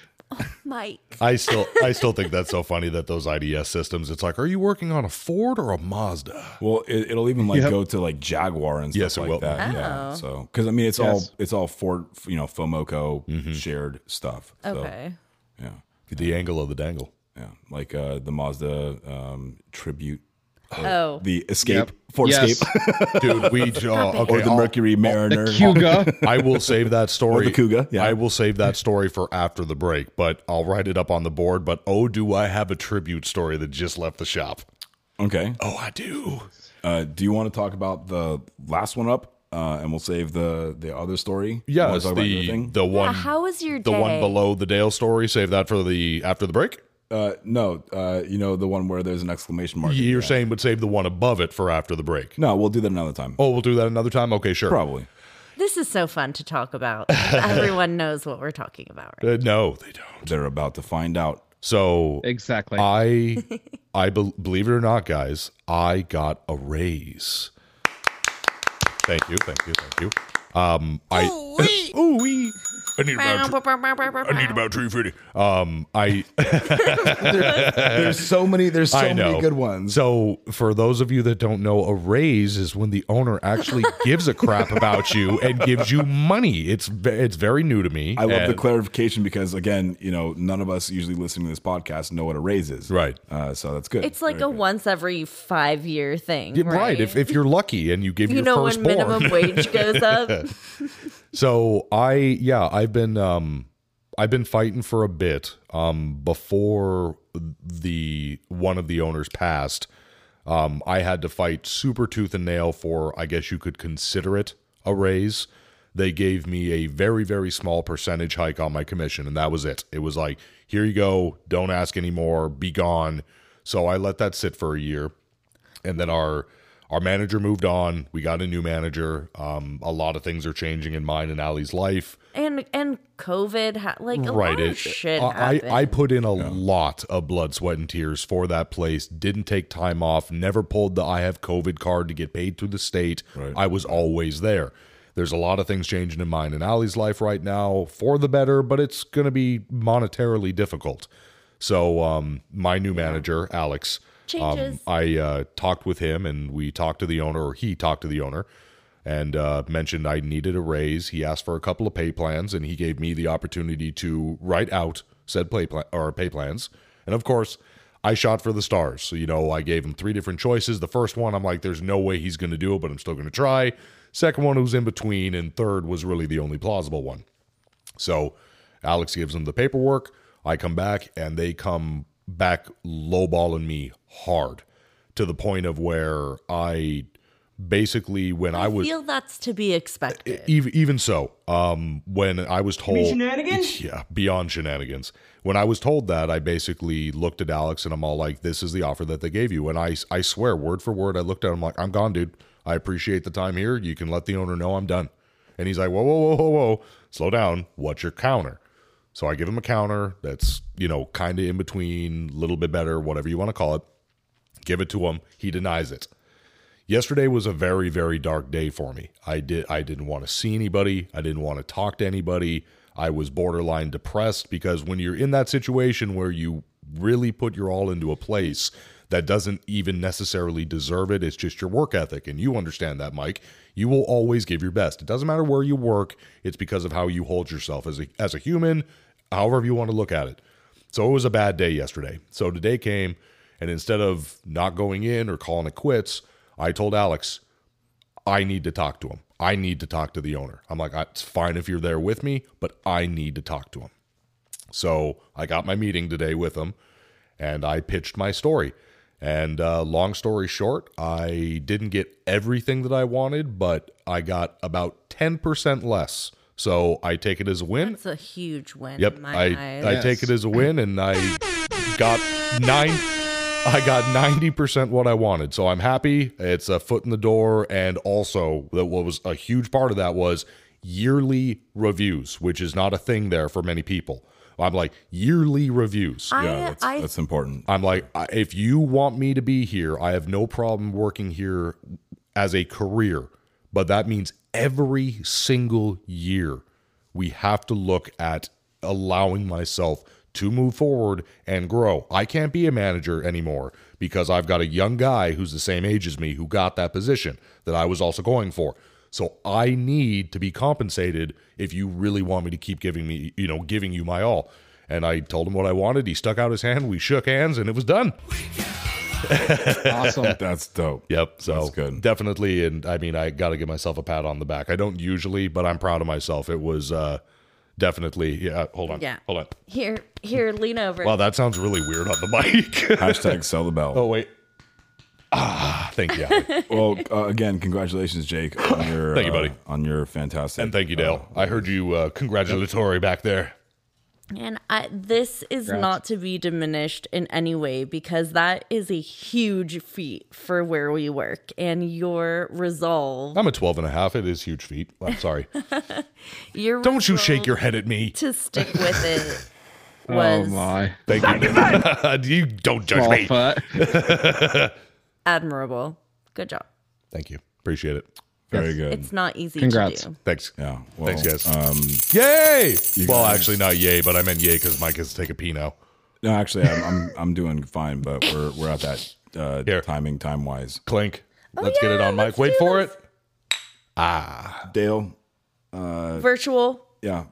Speaker 4: Mike.
Speaker 1: I still I still think that's so funny that those IDS systems. It's like, are you working on a Ford or a Mazda?
Speaker 2: Well, it, it'll even like
Speaker 5: Yep.
Speaker 2: go to like Jaguar and stuff
Speaker 1: Yes, it
Speaker 2: like
Speaker 1: will.
Speaker 2: that.
Speaker 4: Oh.
Speaker 2: Yeah. So, because I mean, it's
Speaker 5: Yes.
Speaker 2: all it's all Ford, you know, FOMOCO
Speaker 1: Mm-hmm.
Speaker 2: shared stuff. So,
Speaker 4: Okay.
Speaker 2: yeah,
Speaker 1: The angle of the dangle.
Speaker 2: yeah, like uh, the Mazda um, tribute,
Speaker 1: uh,
Speaker 4: Oh.
Speaker 2: the Escape,
Speaker 5: Yep.
Speaker 2: Ford
Speaker 5: Yes.
Speaker 1: <laughs>
Speaker 2: Escape,
Speaker 5: <laughs>
Speaker 1: Dude,
Speaker 4: <laughs>
Speaker 1: we jaw.
Speaker 2: or
Speaker 1: Okay,
Speaker 2: the
Speaker 1: I'll-
Speaker 2: Mercury Mariner.
Speaker 5: The Cougar.
Speaker 1: I will save that story.
Speaker 2: <laughs> Or the Kuga, yeah.
Speaker 1: I will save that story for after the break, but I'll write it up on the board. But oh, do I have a tribute story that just left the shop?
Speaker 2: okay.
Speaker 1: Oh, I do.
Speaker 2: Uh, do you want to talk about the last one up, uh, and we'll save the the other story? You wanna
Speaker 1: Yes,
Speaker 2: talk about the other
Speaker 1: the
Speaker 2: thing?
Speaker 1: the one
Speaker 4: How was your
Speaker 1: the
Speaker 4: day?
Speaker 1: one below the Dale story. Save that for the after the break.
Speaker 2: Uh, no, uh, you know the one where there's an exclamation mark. at the
Speaker 1: You're
Speaker 2: end.
Speaker 1: saying would save the one above it for after the break.
Speaker 2: no. We'll do that another time.
Speaker 1: Oh, we'll do that another time. Okay, sure.
Speaker 2: Probably.
Speaker 4: This is so fun to
Speaker 1: <laughs>
Speaker 4: talk about. Everyone knows what we're talking about. Right?
Speaker 1: Uh, no, they don't.
Speaker 2: They're about to find out.
Speaker 1: So
Speaker 5: exactly.
Speaker 1: I,
Speaker 2: <laughs>
Speaker 1: I bel believe it or not, guys, I got a raise. Thank you, thank you, thank you. Um, I <laughs> ooh wee. I need about I need about three fifty. Um,
Speaker 2: <laughs>
Speaker 1: I
Speaker 2: There's so many. There's so
Speaker 1: Uh, I know
Speaker 2: many good ones.
Speaker 1: So for those of you that don't know, a raise is when the owner
Speaker 2: <laughs>
Speaker 1: actually gives a crap about you and gives you money. It's ve- it's very new to me.
Speaker 2: I love the
Speaker 1: and-
Speaker 2: clarification because again, you know, none of us usually listening to this podcast know what a raise is,
Speaker 1: Right.
Speaker 2: Uh, so that's good.
Speaker 4: It's like a once every five year thing.
Speaker 1: Yeah,
Speaker 4: right.
Speaker 1: right. If if you're lucky and you give
Speaker 4: you
Speaker 1: your
Speaker 4: know when
Speaker 1: firstborn.
Speaker 4: minimum <laughs>
Speaker 1: <laughs>
Speaker 4: wage goes up.
Speaker 1: So I yeah, I've been um I've been fighting for a bit um before the one of the owners passed. Um I had to fight super tooth and nail for I guess you could consider it a raise. They gave me a very very small percentage hike on my commission and that was it. It was like here you go, don't ask anymore, be gone. So I let that sit for a year and then our our manager moved on. We got a new manager. Um, a lot of things are changing in mine and Allie's life.
Speaker 4: and and COVID, ha- like a
Speaker 1: right,
Speaker 4: lot of
Speaker 1: it-
Speaker 4: shit
Speaker 1: I,
Speaker 4: happened.
Speaker 1: I I put in a lot of blood, sweat, and tears for that place. Didn't take time off. Never pulled the I have COVID card to get paid through the state. I was always there. There's a lot of things changing in mine and Allie's life right now for the better, but it's going to be monetarily difficult. So, um, my new manager, Alex, um,
Speaker 4: Changes.
Speaker 1: I uh, talked with him and we talked to the owner, or he talked to the owner, and uh, mentioned I needed a raise. He asked for a couple of pay plans, and he gave me the opportunity to write out said play plan or pay plans. And of course, I shot for the stars. So you know, I gave him three different choices. The first one, I'm like, there's no way he's going to do it, but I'm still going to try. Second one was in between, and third was really the only plausible one. So Alex gives them the paperwork. I come back and they come back lowballing me hard to the point of where I basically when I, was
Speaker 4: feel that's to be expected.
Speaker 1: even, even so um when I was told
Speaker 7: shenanigans?
Speaker 1: yeah beyond shenanigans when I was told that I basically looked at Alex and I'm all like this is the offer that they gave you and I I swear word for word I looked at him like I'm gone dude I appreciate the time here you can let the owner know I'm done and he's like whoa whoa whoa whoa whoa slow down what's your counter so I give him a counter that's, you know, kind of in between, little bit better, whatever you want to call it. Give it to him. He denies it. Yesterday was a very, very dark day for me. I did I didn't want to see anybody. I didn't want to talk to anybody. I was borderline depressed because when you're in that situation where you really put your all into a place that doesn't even necessarily deserve it, it's just your work ethic. And you understand that, Mike. You will always give your best. It doesn't matter where you work, it's because of how you hold yourself as a, as a human, however you want to look at it. So it was a bad day yesterday. So today came, and instead of not going in or calling it quits, I told Alex, I need to talk to him. I need to talk to the owner. I'm like, it's fine if you're there with me, but I need to talk to him. So I got my meeting today with him and I pitched my story. And uh, long story short, I didn't get everything that I wanted, but I got about 10% less. So I take it as a win.
Speaker 4: It's a huge win
Speaker 1: Yep.
Speaker 4: in my
Speaker 1: I,
Speaker 4: eyes.
Speaker 1: I take it as a win and I got nine I got 90% what I wanted. So I'm happy. It's a foot in the door and also that what was a huge part of that was yearly reviews, which is not a thing there for many people. I'm like yearly reviews.
Speaker 4: I,
Speaker 8: Yeah, that's,
Speaker 4: I
Speaker 8: that's important.
Speaker 1: I'm like, I- if you want me to be here, I have no problem working here as a career. But that means every single year, we have to look at allowing myself to move forward and grow. I can't be a manager anymore because I've got a young guy who's the same age as me who got that position that I was also going for. So I need to be compensated if you really want me to keep giving me, you know, giving you my all. And I told him what I wanted. He stuck out his hand. We shook hands, and it was done.
Speaker 5: Awesome.
Speaker 8: <laughs> That's dope.
Speaker 1: Yep. So
Speaker 8: That's good.
Speaker 1: definitely, and I mean, I got to give myself a pat on the back. I don't usually, but I'm proud of myself. It was uh, definitely. Yeah. Hold on.
Speaker 4: Yeah.
Speaker 1: Hold on.
Speaker 4: here here lean over.
Speaker 1: Wow, that sounds really weird on the <laughs> mic.
Speaker 8: Hashtag sell the bell.
Speaker 1: <laughs> oh wait. Ah, thank you. <laughs> Howie.
Speaker 8: Well, uh, again, congratulations, Jake, on your
Speaker 1: Thank you,
Speaker 8: uh,
Speaker 1: buddy.
Speaker 8: on your fantastic
Speaker 1: and thank you, Dale. I heard you uh, congratulatory back there.
Speaker 4: And I, this is not to be diminished in any way because that is a huge feat for where we work and your resolve.
Speaker 1: I'm a 12 and a half. It is huge feet. <laughs> I'm sorry.
Speaker 4: Your
Speaker 1: Don't you
Speaker 4: resolve
Speaker 1: shake your head at me.
Speaker 4: to stick
Speaker 1: <laughs>
Speaker 4: with it
Speaker 5: Oh
Speaker 4: was
Speaker 5: my.
Speaker 1: Thank you. Dale. <laughs> you don't judge
Speaker 5: Small
Speaker 1: me.
Speaker 8: uh,
Speaker 5: foot.
Speaker 4: admirable. Good job.
Speaker 1: Thank you. Appreciate it.
Speaker 8: Very good.
Speaker 4: It's not easy
Speaker 5: Congrats.
Speaker 4: to do.
Speaker 1: Thanks.
Speaker 8: yeah. Well,
Speaker 1: Thanks, guys.
Speaker 8: Um,
Speaker 1: Yay! Well,
Speaker 8: guys-
Speaker 1: actually, not yay, but I meant yay because Mike has to take a pee now.
Speaker 8: no, actually, I'm, I'm I'm doing fine, but we're we're at that uh,
Speaker 1: Here.
Speaker 8: timing time wise.
Speaker 1: Clink. let's get it
Speaker 4: Oh, yeah,
Speaker 1: on mic.
Speaker 4: let's
Speaker 1: Wait
Speaker 4: do
Speaker 1: for
Speaker 4: this.
Speaker 1: it.
Speaker 8: Dale,
Speaker 4: Virtual.
Speaker 8: yeah,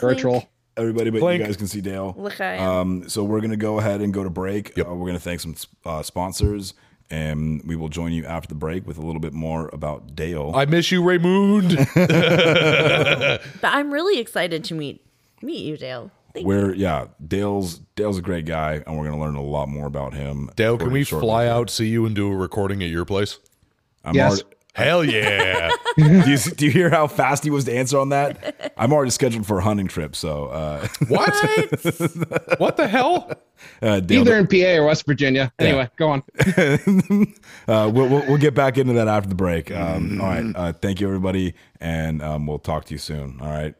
Speaker 5: Virtual.
Speaker 8: everybody, but
Speaker 1: Blink.
Speaker 8: you guys can see Dale.
Speaker 4: Look, I
Speaker 1: Uh,
Speaker 4: am.
Speaker 8: Um, so we're gonna go ahead and go to break. Uh, we're gonna thank some uh, sponsors, and we will join you after the break with a little bit more about Dale.
Speaker 1: I miss you, <laughs> Raymond.
Speaker 4: But I'm really excited to meet meet you, Dale. Thank
Speaker 8: Where yeah, Dale's Dale's a great guy, and we're gonna learn a lot more about him.
Speaker 1: Dale, can
Speaker 8: pretty
Speaker 1: we
Speaker 8: shortly.
Speaker 1: fly out, see you, and do a recording at your place?
Speaker 8: I'm
Speaker 5: Yes.
Speaker 1: Hell <laughs> yeah.
Speaker 8: already- <laughs> do, you, see- do you hear how fast he was to answer on that? I'm already scheduled for a hunting trip, so uh,
Speaker 1: what? what the hell?
Speaker 8: uh, Dale,
Speaker 5: Either in PA or West Virginia. Anyway, go on.
Speaker 8: uh, we'll, we'll we'll get back into that after the break. Um, all right, uh, thank you everybody, and um, we'll talk to you soon. All right.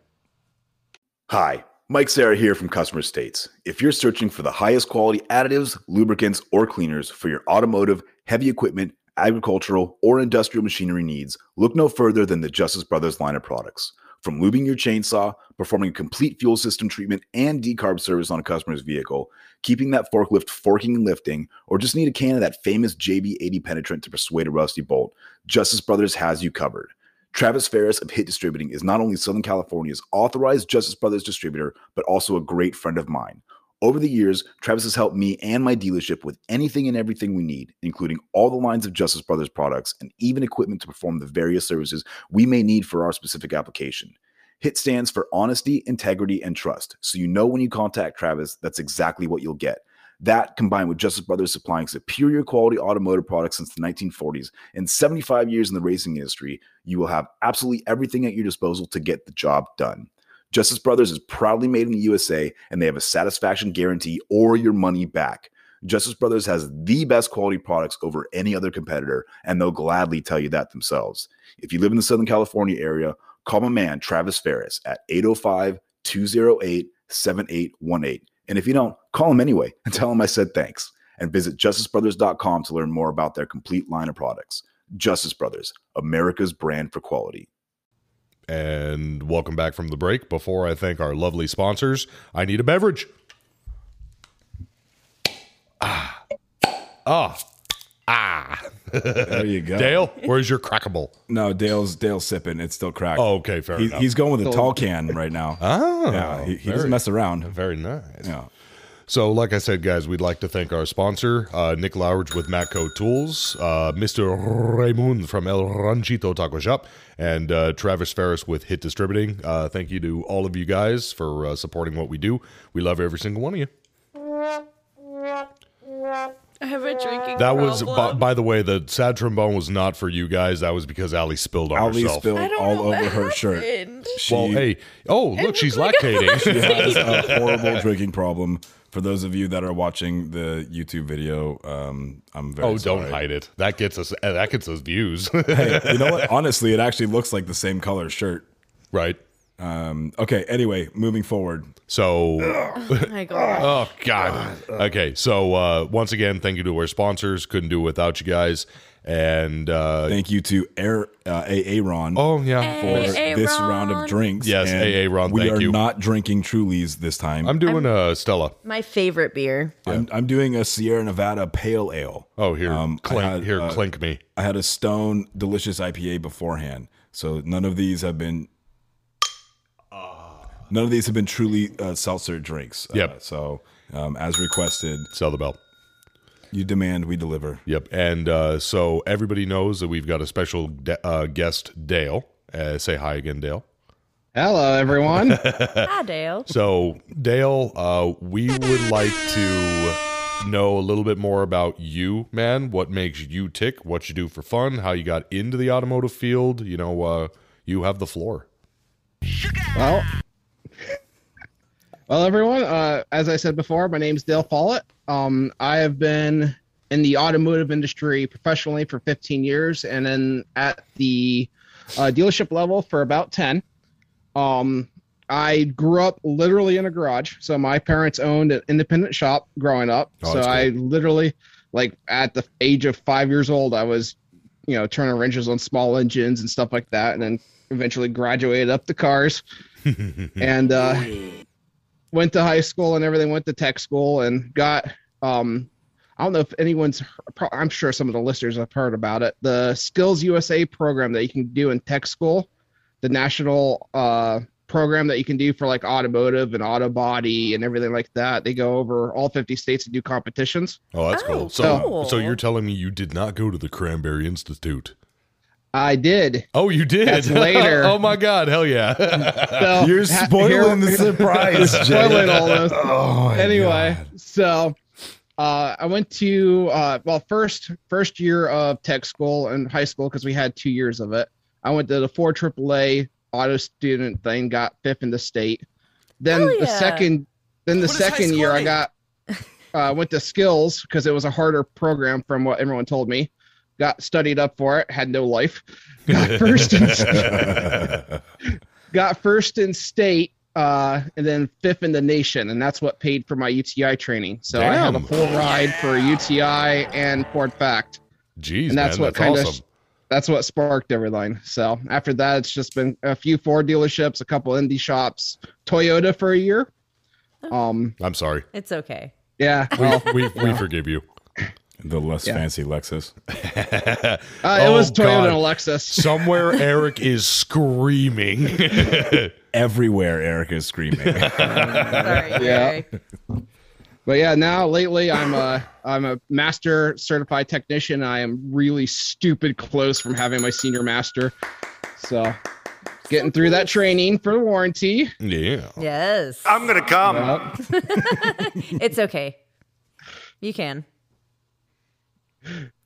Speaker 2: Hi, Mike Sarah here from Customer States. If you're searching for the highest quality additives, lubricants, or cleaners for your automotive, heavy equipment, agricultural, or industrial machinery needs, look no further than the Justice Brothers line of products. From lubing your chainsaw, performing a complete fuel system treatment and decarb service on a customer's vehicle, keeping that forklift forking and lifting, or just need a can of that famous JB80 penetrant to persuade a rusty bolt, Justice Brothers has you covered. Travis Ferris of Hit Distributing is not only Southern California's authorized Justice Brothers distributor, but also a great friend of mine. Over the years, Travis has helped me and my dealership with anything and everything we need, including all the lines of Justice Brothers products and even equipment to perform the various services we may need for our specific application. HIT stands for honesty, integrity, and trust, so you know when you contact Travis, that's exactly what you'll get. That combined with Justice Brothers supplying superior quality automotive products since the 1940s and 75 years in the racing industry, you will have absolutely everything at your disposal to get the job done. Justice Brothers is proudly made in the USA and they have a satisfaction guarantee or your money back. Justice Brothers has the best quality products over any other competitor, and they'll gladly tell you that themselves. If you live in the Southern California area, call my man, Travis Ferris, at 805 208 7818. And if you don't, call him anyway and tell him I said thanks. And visit justicebrothers.com to learn more about their complete line of products. Justice Brothers, America's brand for quality.
Speaker 1: And welcome back from the break. Before I thank our lovely sponsors, I need a beverage. Ah. Ah. <laughs> Ah.
Speaker 2: There you go.
Speaker 1: Dale, where's your crackable?
Speaker 2: No, Dale's Dale's sipping. It's still cracked.
Speaker 1: Oh, okay, fair
Speaker 2: He-
Speaker 1: enough.
Speaker 2: he's going with a tall can right now.
Speaker 1: oh,
Speaker 2: yeah, he, he
Speaker 1: very-
Speaker 2: doesn't mess around.
Speaker 1: Very nice.
Speaker 2: Yeah.
Speaker 1: So, like I said, guys, we'd like to thank our sponsor, uh, Nick Lowridge with Matco Tools, uh, Mr. Raymond from El Ranchito Taco Shop, and uh, Travis Ferris with Hit Distributing. Uh, thank you to all of you guys for uh, supporting what we do. We love every single one of you.
Speaker 4: I have a drinking
Speaker 1: That was, by, by the way, the sad trombone was not for you guys. That was because Ali spilled on
Speaker 2: Ali
Speaker 1: herself.
Speaker 2: spilled all over her shirt. She
Speaker 1: well, hey, oh look, she's lactating.
Speaker 2: <laughs> has a horrible drinking problem. For those of you that are watching the YouTube video, um, I'm
Speaker 1: <laughs>
Speaker 2: very
Speaker 1: oh, don't
Speaker 2: sorry.
Speaker 1: hide it. That gets us. uh, That gets us views, <laughs>
Speaker 2: Hey, you know what? Honestly, it actually looks like the same color shirt.
Speaker 1: right?
Speaker 2: Okay. Anyway, moving forward.
Speaker 1: So
Speaker 4: Oh <laughs> my
Speaker 1: <laughs>
Speaker 4: god.
Speaker 1: Oh God. Okay, so uh, once again, thank you to our sponsors. Couldn't do it without you guys. And uh,
Speaker 2: Thank you to Air uh, Aaron
Speaker 1: oh yeah,
Speaker 2: for
Speaker 1: for-
Speaker 4: Aaron.
Speaker 2: this round of drinks.
Speaker 1: Yes,
Speaker 2: and
Speaker 1: Aaron,
Speaker 2: We
Speaker 1: thank
Speaker 2: are
Speaker 1: you.
Speaker 2: not drinking Trulies this time.
Speaker 1: I'm doing uh, Stella.
Speaker 4: My favorite
Speaker 1: <laughs>
Speaker 4: beer.
Speaker 2: I'm, I'm doing a Sierra Nevada Pale Ale.
Speaker 1: Oh here,
Speaker 2: Um, I
Speaker 1: clink,
Speaker 2: had,
Speaker 1: here,
Speaker 2: uh,
Speaker 1: clink me.
Speaker 2: I had a Stone Delicious IPA beforehand, so none of these have been. None of these have been truly uh, seltzer drinks. Uh,
Speaker 1: Yep.
Speaker 2: So, um, as requested,
Speaker 1: Sell the bell.
Speaker 2: you demand, we deliver.
Speaker 1: Yep. And uh, so everybody knows that we've got a special de- uh, guest, Dale. Uh, say hi again, Dale.
Speaker 5: Hello, everyone.
Speaker 4: Hi, Dale.
Speaker 1: So, Dale, uh, we would like to know a little bit more about you, man. What makes you tick? What you do for fun? How you got into the automotive field? You know, uh, you have the floor.
Speaker 5: Well, well, everyone. Uh, as I said before, my name's Dale Follett. Um, I have been in the automotive industry professionally for 15 years, and then at the uh, dealership level for about 10. Um, I grew up literally in a garage, so my parents owned an independent shop growing up.
Speaker 1: Oh,
Speaker 5: so
Speaker 1: that's cool.
Speaker 5: I literally, like, at the age of five years old, I was, you know, turning wrenches on small engines and stuff like that, and then eventually graduated up to cars and uh, went to high school and everything. Went to tech school and got. Um, I don't know if anyone's. pro- I'm sure some of the listeners have heard about it. The Skills USA program that you can do in tech school, the national uh, program that you can do for like automotive and auto body and everything like that. They go over all 50 states and do competitions.
Speaker 1: Oh, that's cool.
Speaker 4: Oh,
Speaker 1: So,
Speaker 4: cool.
Speaker 1: so you're telling me you did not go to the Cranberry Institute?
Speaker 5: I did.
Speaker 1: Oh, you did.
Speaker 5: That's
Speaker 1: <laughs>
Speaker 5: later.
Speaker 1: oh my God! Hell yeah.
Speaker 5: So
Speaker 1: <laughs>
Speaker 2: You're
Speaker 5: Oh, ha-
Speaker 2: spoiling
Speaker 5: here-
Speaker 2: the
Speaker 5: <laughs>
Speaker 2: surprise. Jay.
Speaker 5: spoiling all this.
Speaker 2: Oh, my
Speaker 5: anyway,
Speaker 2: God.
Speaker 5: so uh, I went to uh, well first first year of tech school and high school because we had two years of it. I went to the four AAA auto student thing, got fifth in the state. Then
Speaker 4: Hell
Speaker 5: the
Speaker 4: yeah.
Speaker 5: second then the
Speaker 9: What is high
Speaker 5: second
Speaker 9: school
Speaker 5: year I
Speaker 9: like?
Speaker 5: got uh, went to skills because it was a harder program from what everyone told me. Got studied up for it, had no life.
Speaker 2: <laughs>
Speaker 5: Got first in <laughs> got first in state uh, and then fifth in the nation and that's what paid for my uti training so i had a
Speaker 1: Damn.
Speaker 5: full ride for uti and ford fact
Speaker 1: Jeez,
Speaker 5: and that's
Speaker 1: man,
Speaker 5: what
Speaker 1: that's
Speaker 5: kind of
Speaker 1: awesome.
Speaker 5: that's what sparked everything so after that it's just been a few ford dealerships a couple indie shops toyota for a year um
Speaker 1: I'm sorry. <laughs>
Speaker 4: It's okay.
Speaker 5: yeah
Speaker 1: We we, we forgive you.
Speaker 2: the less
Speaker 5: Yeah.
Speaker 2: fancy Lexus.
Speaker 5: uh, it
Speaker 1: Oh,
Speaker 5: was toyota
Speaker 1: God.
Speaker 5: and lexus
Speaker 1: Somewhere Eric is screaming.
Speaker 2: Everywhere, Eric is <laughs> screaming.
Speaker 4: Sorry.
Speaker 5: Yeah. But yeah, now lately I'm a I'm a master certified technician. I am really stupid close from having my senior master. So getting through that training for the warranty.
Speaker 1: yeah.
Speaker 4: Yes.
Speaker 9: I'm gonna come.
Speaker 5: Yep.
Speaker 4: It's okay. You can.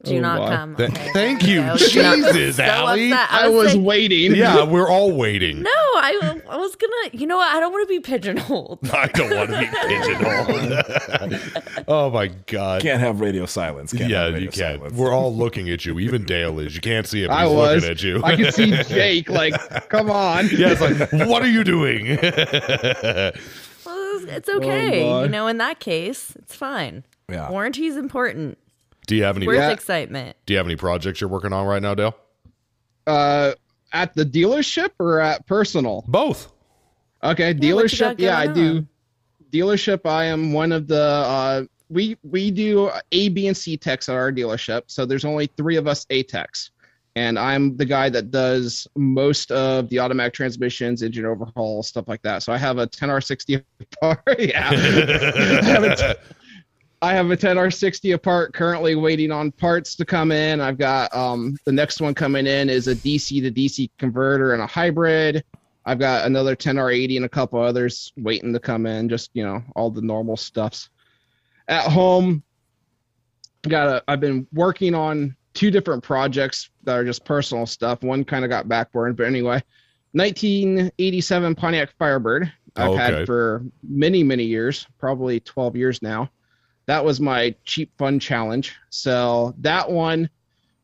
Speaker 4: Do
Speaker 5: Oh,
Speaker 4: not
Speaker 5: my.
Speaker 4: come.
Speaker 1: Th-
Speaker 4: okay?
Speaker 1: thank you.
Speaker 4: I was not-
Speaker 1: Jesus,
Speaker 4: so
Speaker 1: Allie.
Speaker 4: upset.
Speaker 5: I was
Speaker 4: like,
Speaker 5: waiting.
Speaker 1: Yeah, we're all waiting.
Speaker 4: No, I, I was gonna. You know what? I don't want to be pigeonholed.
Speaker 1: <laughs>
Speaker 4: <laughs>
Speaker 1: I don't want to be
Speaker 4: <laughs>
Speaker 1: pigeonholed. oh my god.
Speaker 2: can't have radio silence. Can't
Speaker 1: yeah,
Speaker 2: have radio
Speaker 1: you can't.
Speaker 2: silence.
Speaker 1: We're all looking at you. Even Dale is. You can't see it, but
Speaker 5: I
Speaker 1: he's
Speaker 5: was.
Speaker 1: looking at you.
Speaker 5: I could see Jake like, come on.
Speaker 1: <laughs> yeah, it's like, what are you doing? <laughs>
Speaker 4: Well, it's- it's okay.
Speaker 5: my.
Speaker 4: you know, in that case, it's fine.
Speaker 2: Yeah.
Speaker 4: Warranty is important.
Speaker 1: do you have any
Speaker 4: Where's
Speaker 5: Yeah.
Speaker 4: excitement?
Speaker 1: do you have any projects you're working on right now, Dale?
Speaker 5: Uh at the dealership or at personal?
Speaker 1: <laughs> Both.
Speaker 5: Okay,
Speaker 4: Yeah, what you got
Speaker 5: dealership. Yeah, I
Speaker 4: going
Speaker 5: do.
Speaker 4: on?
Speaker 5: Dealership. I am one of the. Uh, we we do A, B, and C techs at our dealership. So there's only three of us A techs, and I'm the guy that does most of the automatic transmissions, engine overhaul, stuff like that. So I have a <laughs> 10R60 bar. yeah, I have a <laughs> I have a 10R60 apart currently waiting on parts to come in. I've got um, the next one coming in is a DC to DC converter and a hybrid. I've got another 10R80 and a couple others waiting to come in, just, you know, all the normal stuffs. At home, got a, I've been working on two different projects that are just personal stuff. One kind of got backburned, but anyway, 1987 Pontiac Firebird I've
Speaker 1: Okay.
Speaker 5: had for many, many years, probably 12 years now that was my cheap fun challenge. So that one,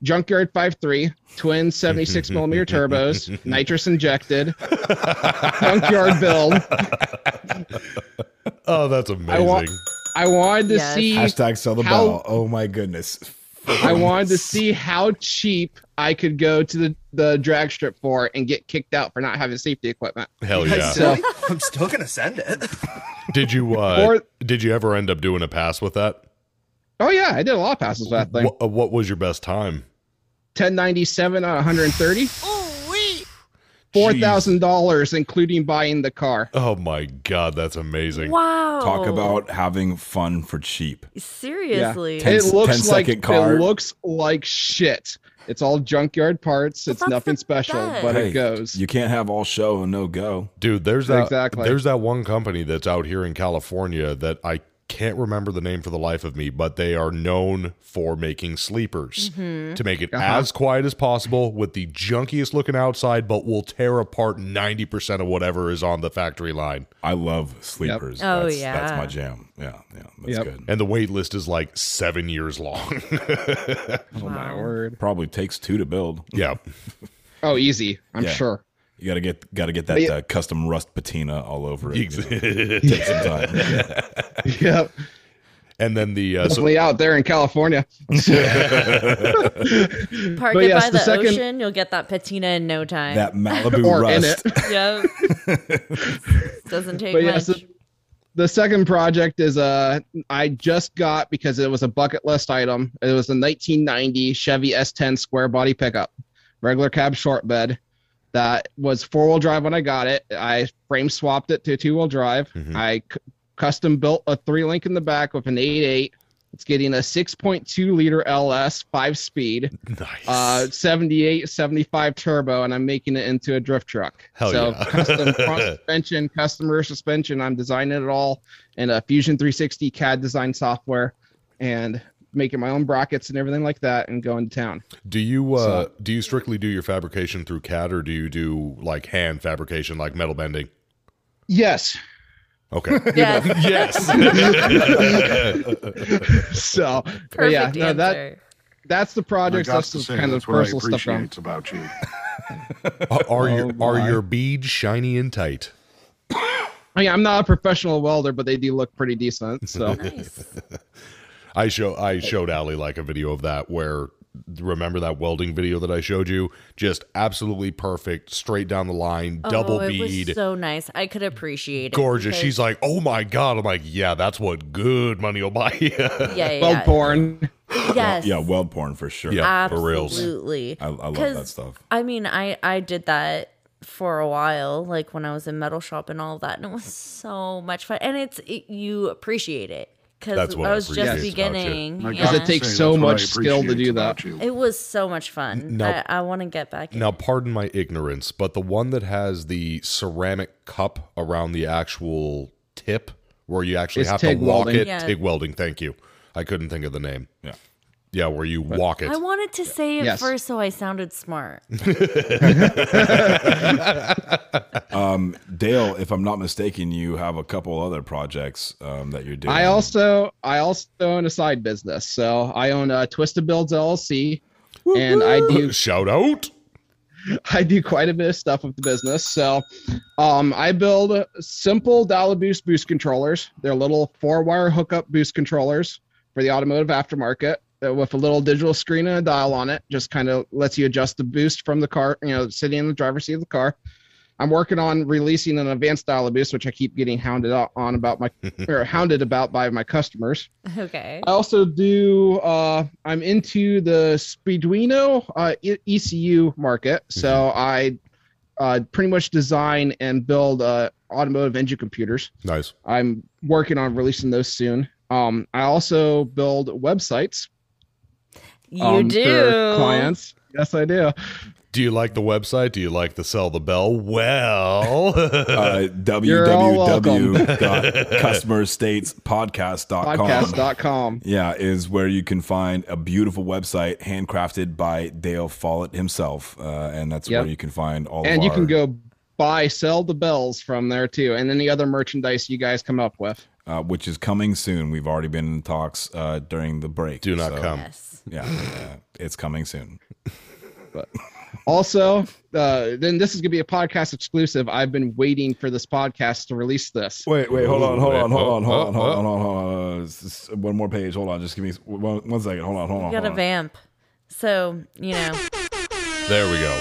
Speaker 5: Junkyard 5.3, twin 76 millimeter turbos, nitrous injected, Junkyard build.
Speaker 1: Oh, that's amazing.
Speaker 5: I want, I wanted to
Speaker 4: Yes.
Speaker 5: see,
Speaker 2: Hashtag sell the
Speaker 5: How-
Speaker 2: bell. Oh my goodness.
Speaker 5: I wanted to see how cheap I could go to the, the drag strip for and get kicked out for not having safety equipment.
Speaker 1: Hell yeah.
Speaker 5: So
Speaker 9: I'm still gonna send it.
Speaker 1: Did you uh
Speaker 5: Or-
Speaker 1: did you ever end up doing a pass with that?
Speaker 5: Oh yeah, I did a lot of passes with that thing.
Speaker 1: Wh- uh, what was your best time?
Speaker 5: 1097 out of 130,
Speaker 9: Oh wait.
Speaker 5: four thousand dollars including buying the car.
Speaker 1: Oh my god, that's amazing.
Speaker 4: Wow.
Speaker 2: Talk about having fun for cheap.
Speaker 4: seriously.
Speaker 2: Ten-
Speaker 5: it looks
Speaker 2: 10
Speaker 5: like
Speaker 2: second car.
Speaker 5: it looks like shit. It's all junkyard parts. It's
Speaker 4: that's
Speaker 5: nothing
Speaker 4: the
Speaker 5: special,
Speaker 4: best.
Speaker 5: but
Speaker 2: Hey,
Speaker 5: it goes.
Speaker 2: You can't have all show and no go.
Speaker 1: Dude, there's that
Speaker 5: Exactly.
Speaker 1: there's that one company that's out here in California that I can't remember the name for the life of me, but they are known for making sleepers to make it as quiet as possible with the junkiest looking outside, but will tear apart 90% of whatever is on the factory line.
Speaker 2: I love sleepers.
Speaker 4: Oh,
Speaker 2: that's, That's
Speaker 4: yeah.
Speaker 2: my jam. Yeah, yeah. That's
Speaker 5: Yep.
Speaker 2: good.
Speaker 1: And the wait list is like seven years long. <laughs>
Speaker 5: oh my word!
Speaker 2: Probably takes two to build.
Speaker 1: yeah.
Speaker 5: Oh, easy. I'm
Speaker 2: Yeah.
Speaker 5: sure. <laughs>
Speaker 2: You gotta get gotta get that
Speaker 5: But yeah-
Speaker 2: uh, custom rust patina all over it. you know,
Speaker 1: Ex-
Speaker 2: take some
Speaker 4: <laughs>
Speaker 2: time. Yeah.
Speaker 5: Yep.
Speaker 1: and then the uh, so-
Speaker 5: Definitely out there in California.
Speaker 4: Park
Speaker 5: But
Speaker 4: it
Speaker 5: yes,
Speaker 4: by
Speaker 5: the
Speaker 4: the,
Speaker 5: second-
Speaker 4: ocean, you'll get that patina in no time.
Speaker 2: That Malibu
Speaker 5: Or in
Speaker 2: rust.
Speaker 4: yep. Doesn't take
Speaker 5: But
Speaker 4: much.
Speaker 5: yes, the- The second project is uh, I just got because it was a bucket list item. It was a 1990 Chevy S10 square body pickup, regular cab short bed. That was four wheel drive when I got it. I frame swapped it to two wheel drive.
Speaker 1: Mhm.
Speaker 5: I c- custom built a three link in the back with an 8.8. It's getting a 6.2 liter LS five speed.
Speaker 1: nice.
Speaker 5: uh 78 75 turbo and i'm making it into a drift truck
Speaker 1: Hell
Speaker 5: so
Speaker 1: yeah.
Speaker 5: custom front suspension custom rear suspension i'm designing it all in a fusion 360 cad design software and making my own brackets and everything like that and going to town
Speaker 1: do you uh, do you strictly do your fabrication through CAD or do you do like hand fabrication, like metal bending?
Speaker 5: yes
Speaker 1: Okay.
Speaker 4: yes,
Speaker 1: <laughs>
Speaker 5: <laughs> so but
Speaker 4: perfect
Speaker 5: yeah no that
Speaker 4: answer.
Speaker 5: that's the project that's the kind of personal stuff from
Speaker 9: about you.
Speaker 1: are are your
Speaker 5: Oh,
Speaker 1: are
Speaker 5: my.
Speaker 1: your beads shiny and tight?
Speaker 5: i mean Oh, i'm not a professional welder but they do look pretty decent so
Speaker 4: Nice.
Speaker 1: I show I showed Allie like a video of that where remember that welding video that I showed you? Just absolutely perfect, straight down the line, double
Speaker 4: oh, it
Speaker 1: bead.
Speaker 4: was so nice. I could appreciate it.
Speaker 1: gorgeous.
Speaker 4: because-
Speaker 1: She's like, "Oh my god!" I'm like, "Yeah, that's what good money will buy you." <laughs>
Speaker 4: yeah, yeah,
Speaker 5: well
Speaker 4: yeah.
Speaker 5: born
Speaker 2: <laughs>
Speaker 4: Yes.
Speaker 2: Yeah, weld porn for sure.
Speaker 1: yeah, for reals.
Speaker 4: absolutely.
Speaker 2: I, I love
Speaker 4: 'Cause
Speaker 2: that stuff.
Speaker 4: I mean, I I did that for a while, like when I was in metal shop and all of that, and it was so much fun. And it's it, you appreciate it
Speaker 1: That's
Speaker 4: because
Speaker 1: what
Speaker 4: I
Speaker 1: I
Speaker 4: was just
Speaker 1: appreciate about you.
Speaker 4: beginning.
Speaker 5: because
Speaker 4: yeah.
Speaker 5: it takes so much skill to do that
Speaker 4: It was so much fun.
Speaker 1: Now-
Speaker 4: I, I want to get back. in.
Speaker 1: Now, pardon my ignorance, but the one that has the ceramic cup around the actual tip, where you actually
Speaker 5: It's
Speaker 1: have to
Speaker 5: TIG
Speaker 1: walk
Speaker 5: welding.
Speaker 1: it,
Speaker 4: Yeah.
Speaker 1: TIG welding. Thank you. I couldn't think of the name.
Speaker 2: Yeah.
Speaker 1: Yeah, where you walk it.
Speaker 4: I wanted to say it
Speaker 5: Yes.
Speaker 4: first so I sounded smart. <laughs>
Speaker 2: Um, Dale, if I'm not mistaken, you have a couple other projects um, that you're doing.
Speaker 5: I also I also own a side business. So I own uh, Twisted Builds LLC, and I do
Speaker 1: <laughs> Shout out.
Speaker 5: <laughs> I do quite a bit of stuff with the business. So um, I build simple Dollar Boost boost controllers. They're little four wire hookup boost controllers for the automotive aftermarket. uh, with a little digital screen and a dial on it. Just kind of lets you adjust the boost from the car, you know, sitting in the driver's seat of the car. I'm working on releasing an advanced dial of boost, which I keep getting hounded o- on about my or hounded about by my customers. <laughs>
Speaker 4: Okay.
Speaker 5: I also do. Uh, I'm into the Speeduino uh, E- ECU market, so I uh, pretty much design and build uh, automotive engine computers.
Speaker 1: Nice.
Speaker 5: I'm working on releasing those soon. Um, I also build websites.
Speaker 4: You
Speaker 5: um,
Speaker 4: do.
Speaker 5: for clients. Yes, I do.
Speaker 1: Do you like the website? Do you like the sell the bell? Well, <laughs>
Speaker 2: Uh,
Speaker 5: welcome.
Speaker 2: www.customerstatespodcast.com.
Speaker 5: Podcast.com.
Speaker 2: Yeah, is where you can find a beautiful website handcrafted by Dale Follett himself, uh, and that's
Speaker 5: Yep.
Speaker 2: where you can find all.
Speaker 5: And
Speaker 2: of
Speaker 5: you
Speaker 2: our,
Speaker 5: can go buy, sell the bells from there too, and any other merchandise you guys come up with.
Speaker 2: uh, which is coming soon. We've already been in talks uh, during the break.
Speaker 1: do not
Speaker 2: so,
Speaker 1: come.
Speaker 4: Yes.
Speaker 2: Yeah, uh, it's coming soon.
Speaker 5: Also, uh, then this is going to be a podcast exclusive. I've been waiting for this podcast to release this.
Speaker 2: Wait, wait, hold on, hold
Speaker 1: Wait,
Speaker 2: on, hold
Speaker 1: oh,
Speaker 2: on, hold
Speaker 1: oh,
Speaker 2: on, hold
Speaker 1: oh.
Speaker 2: on, hold on, hold on. Uh, s- s- One more page. Hold on, just give me s- one, one second. Hold on, hold
Speaker 4: You
Speaker 2: on.
Speaker 4: got
Speaker 1: Uh-huh.
Speaker 2: Hold
Speaker 4: a
Speaker 2: on.
Speaker 4: vamp. So, you know,
Speaker 1: There we go.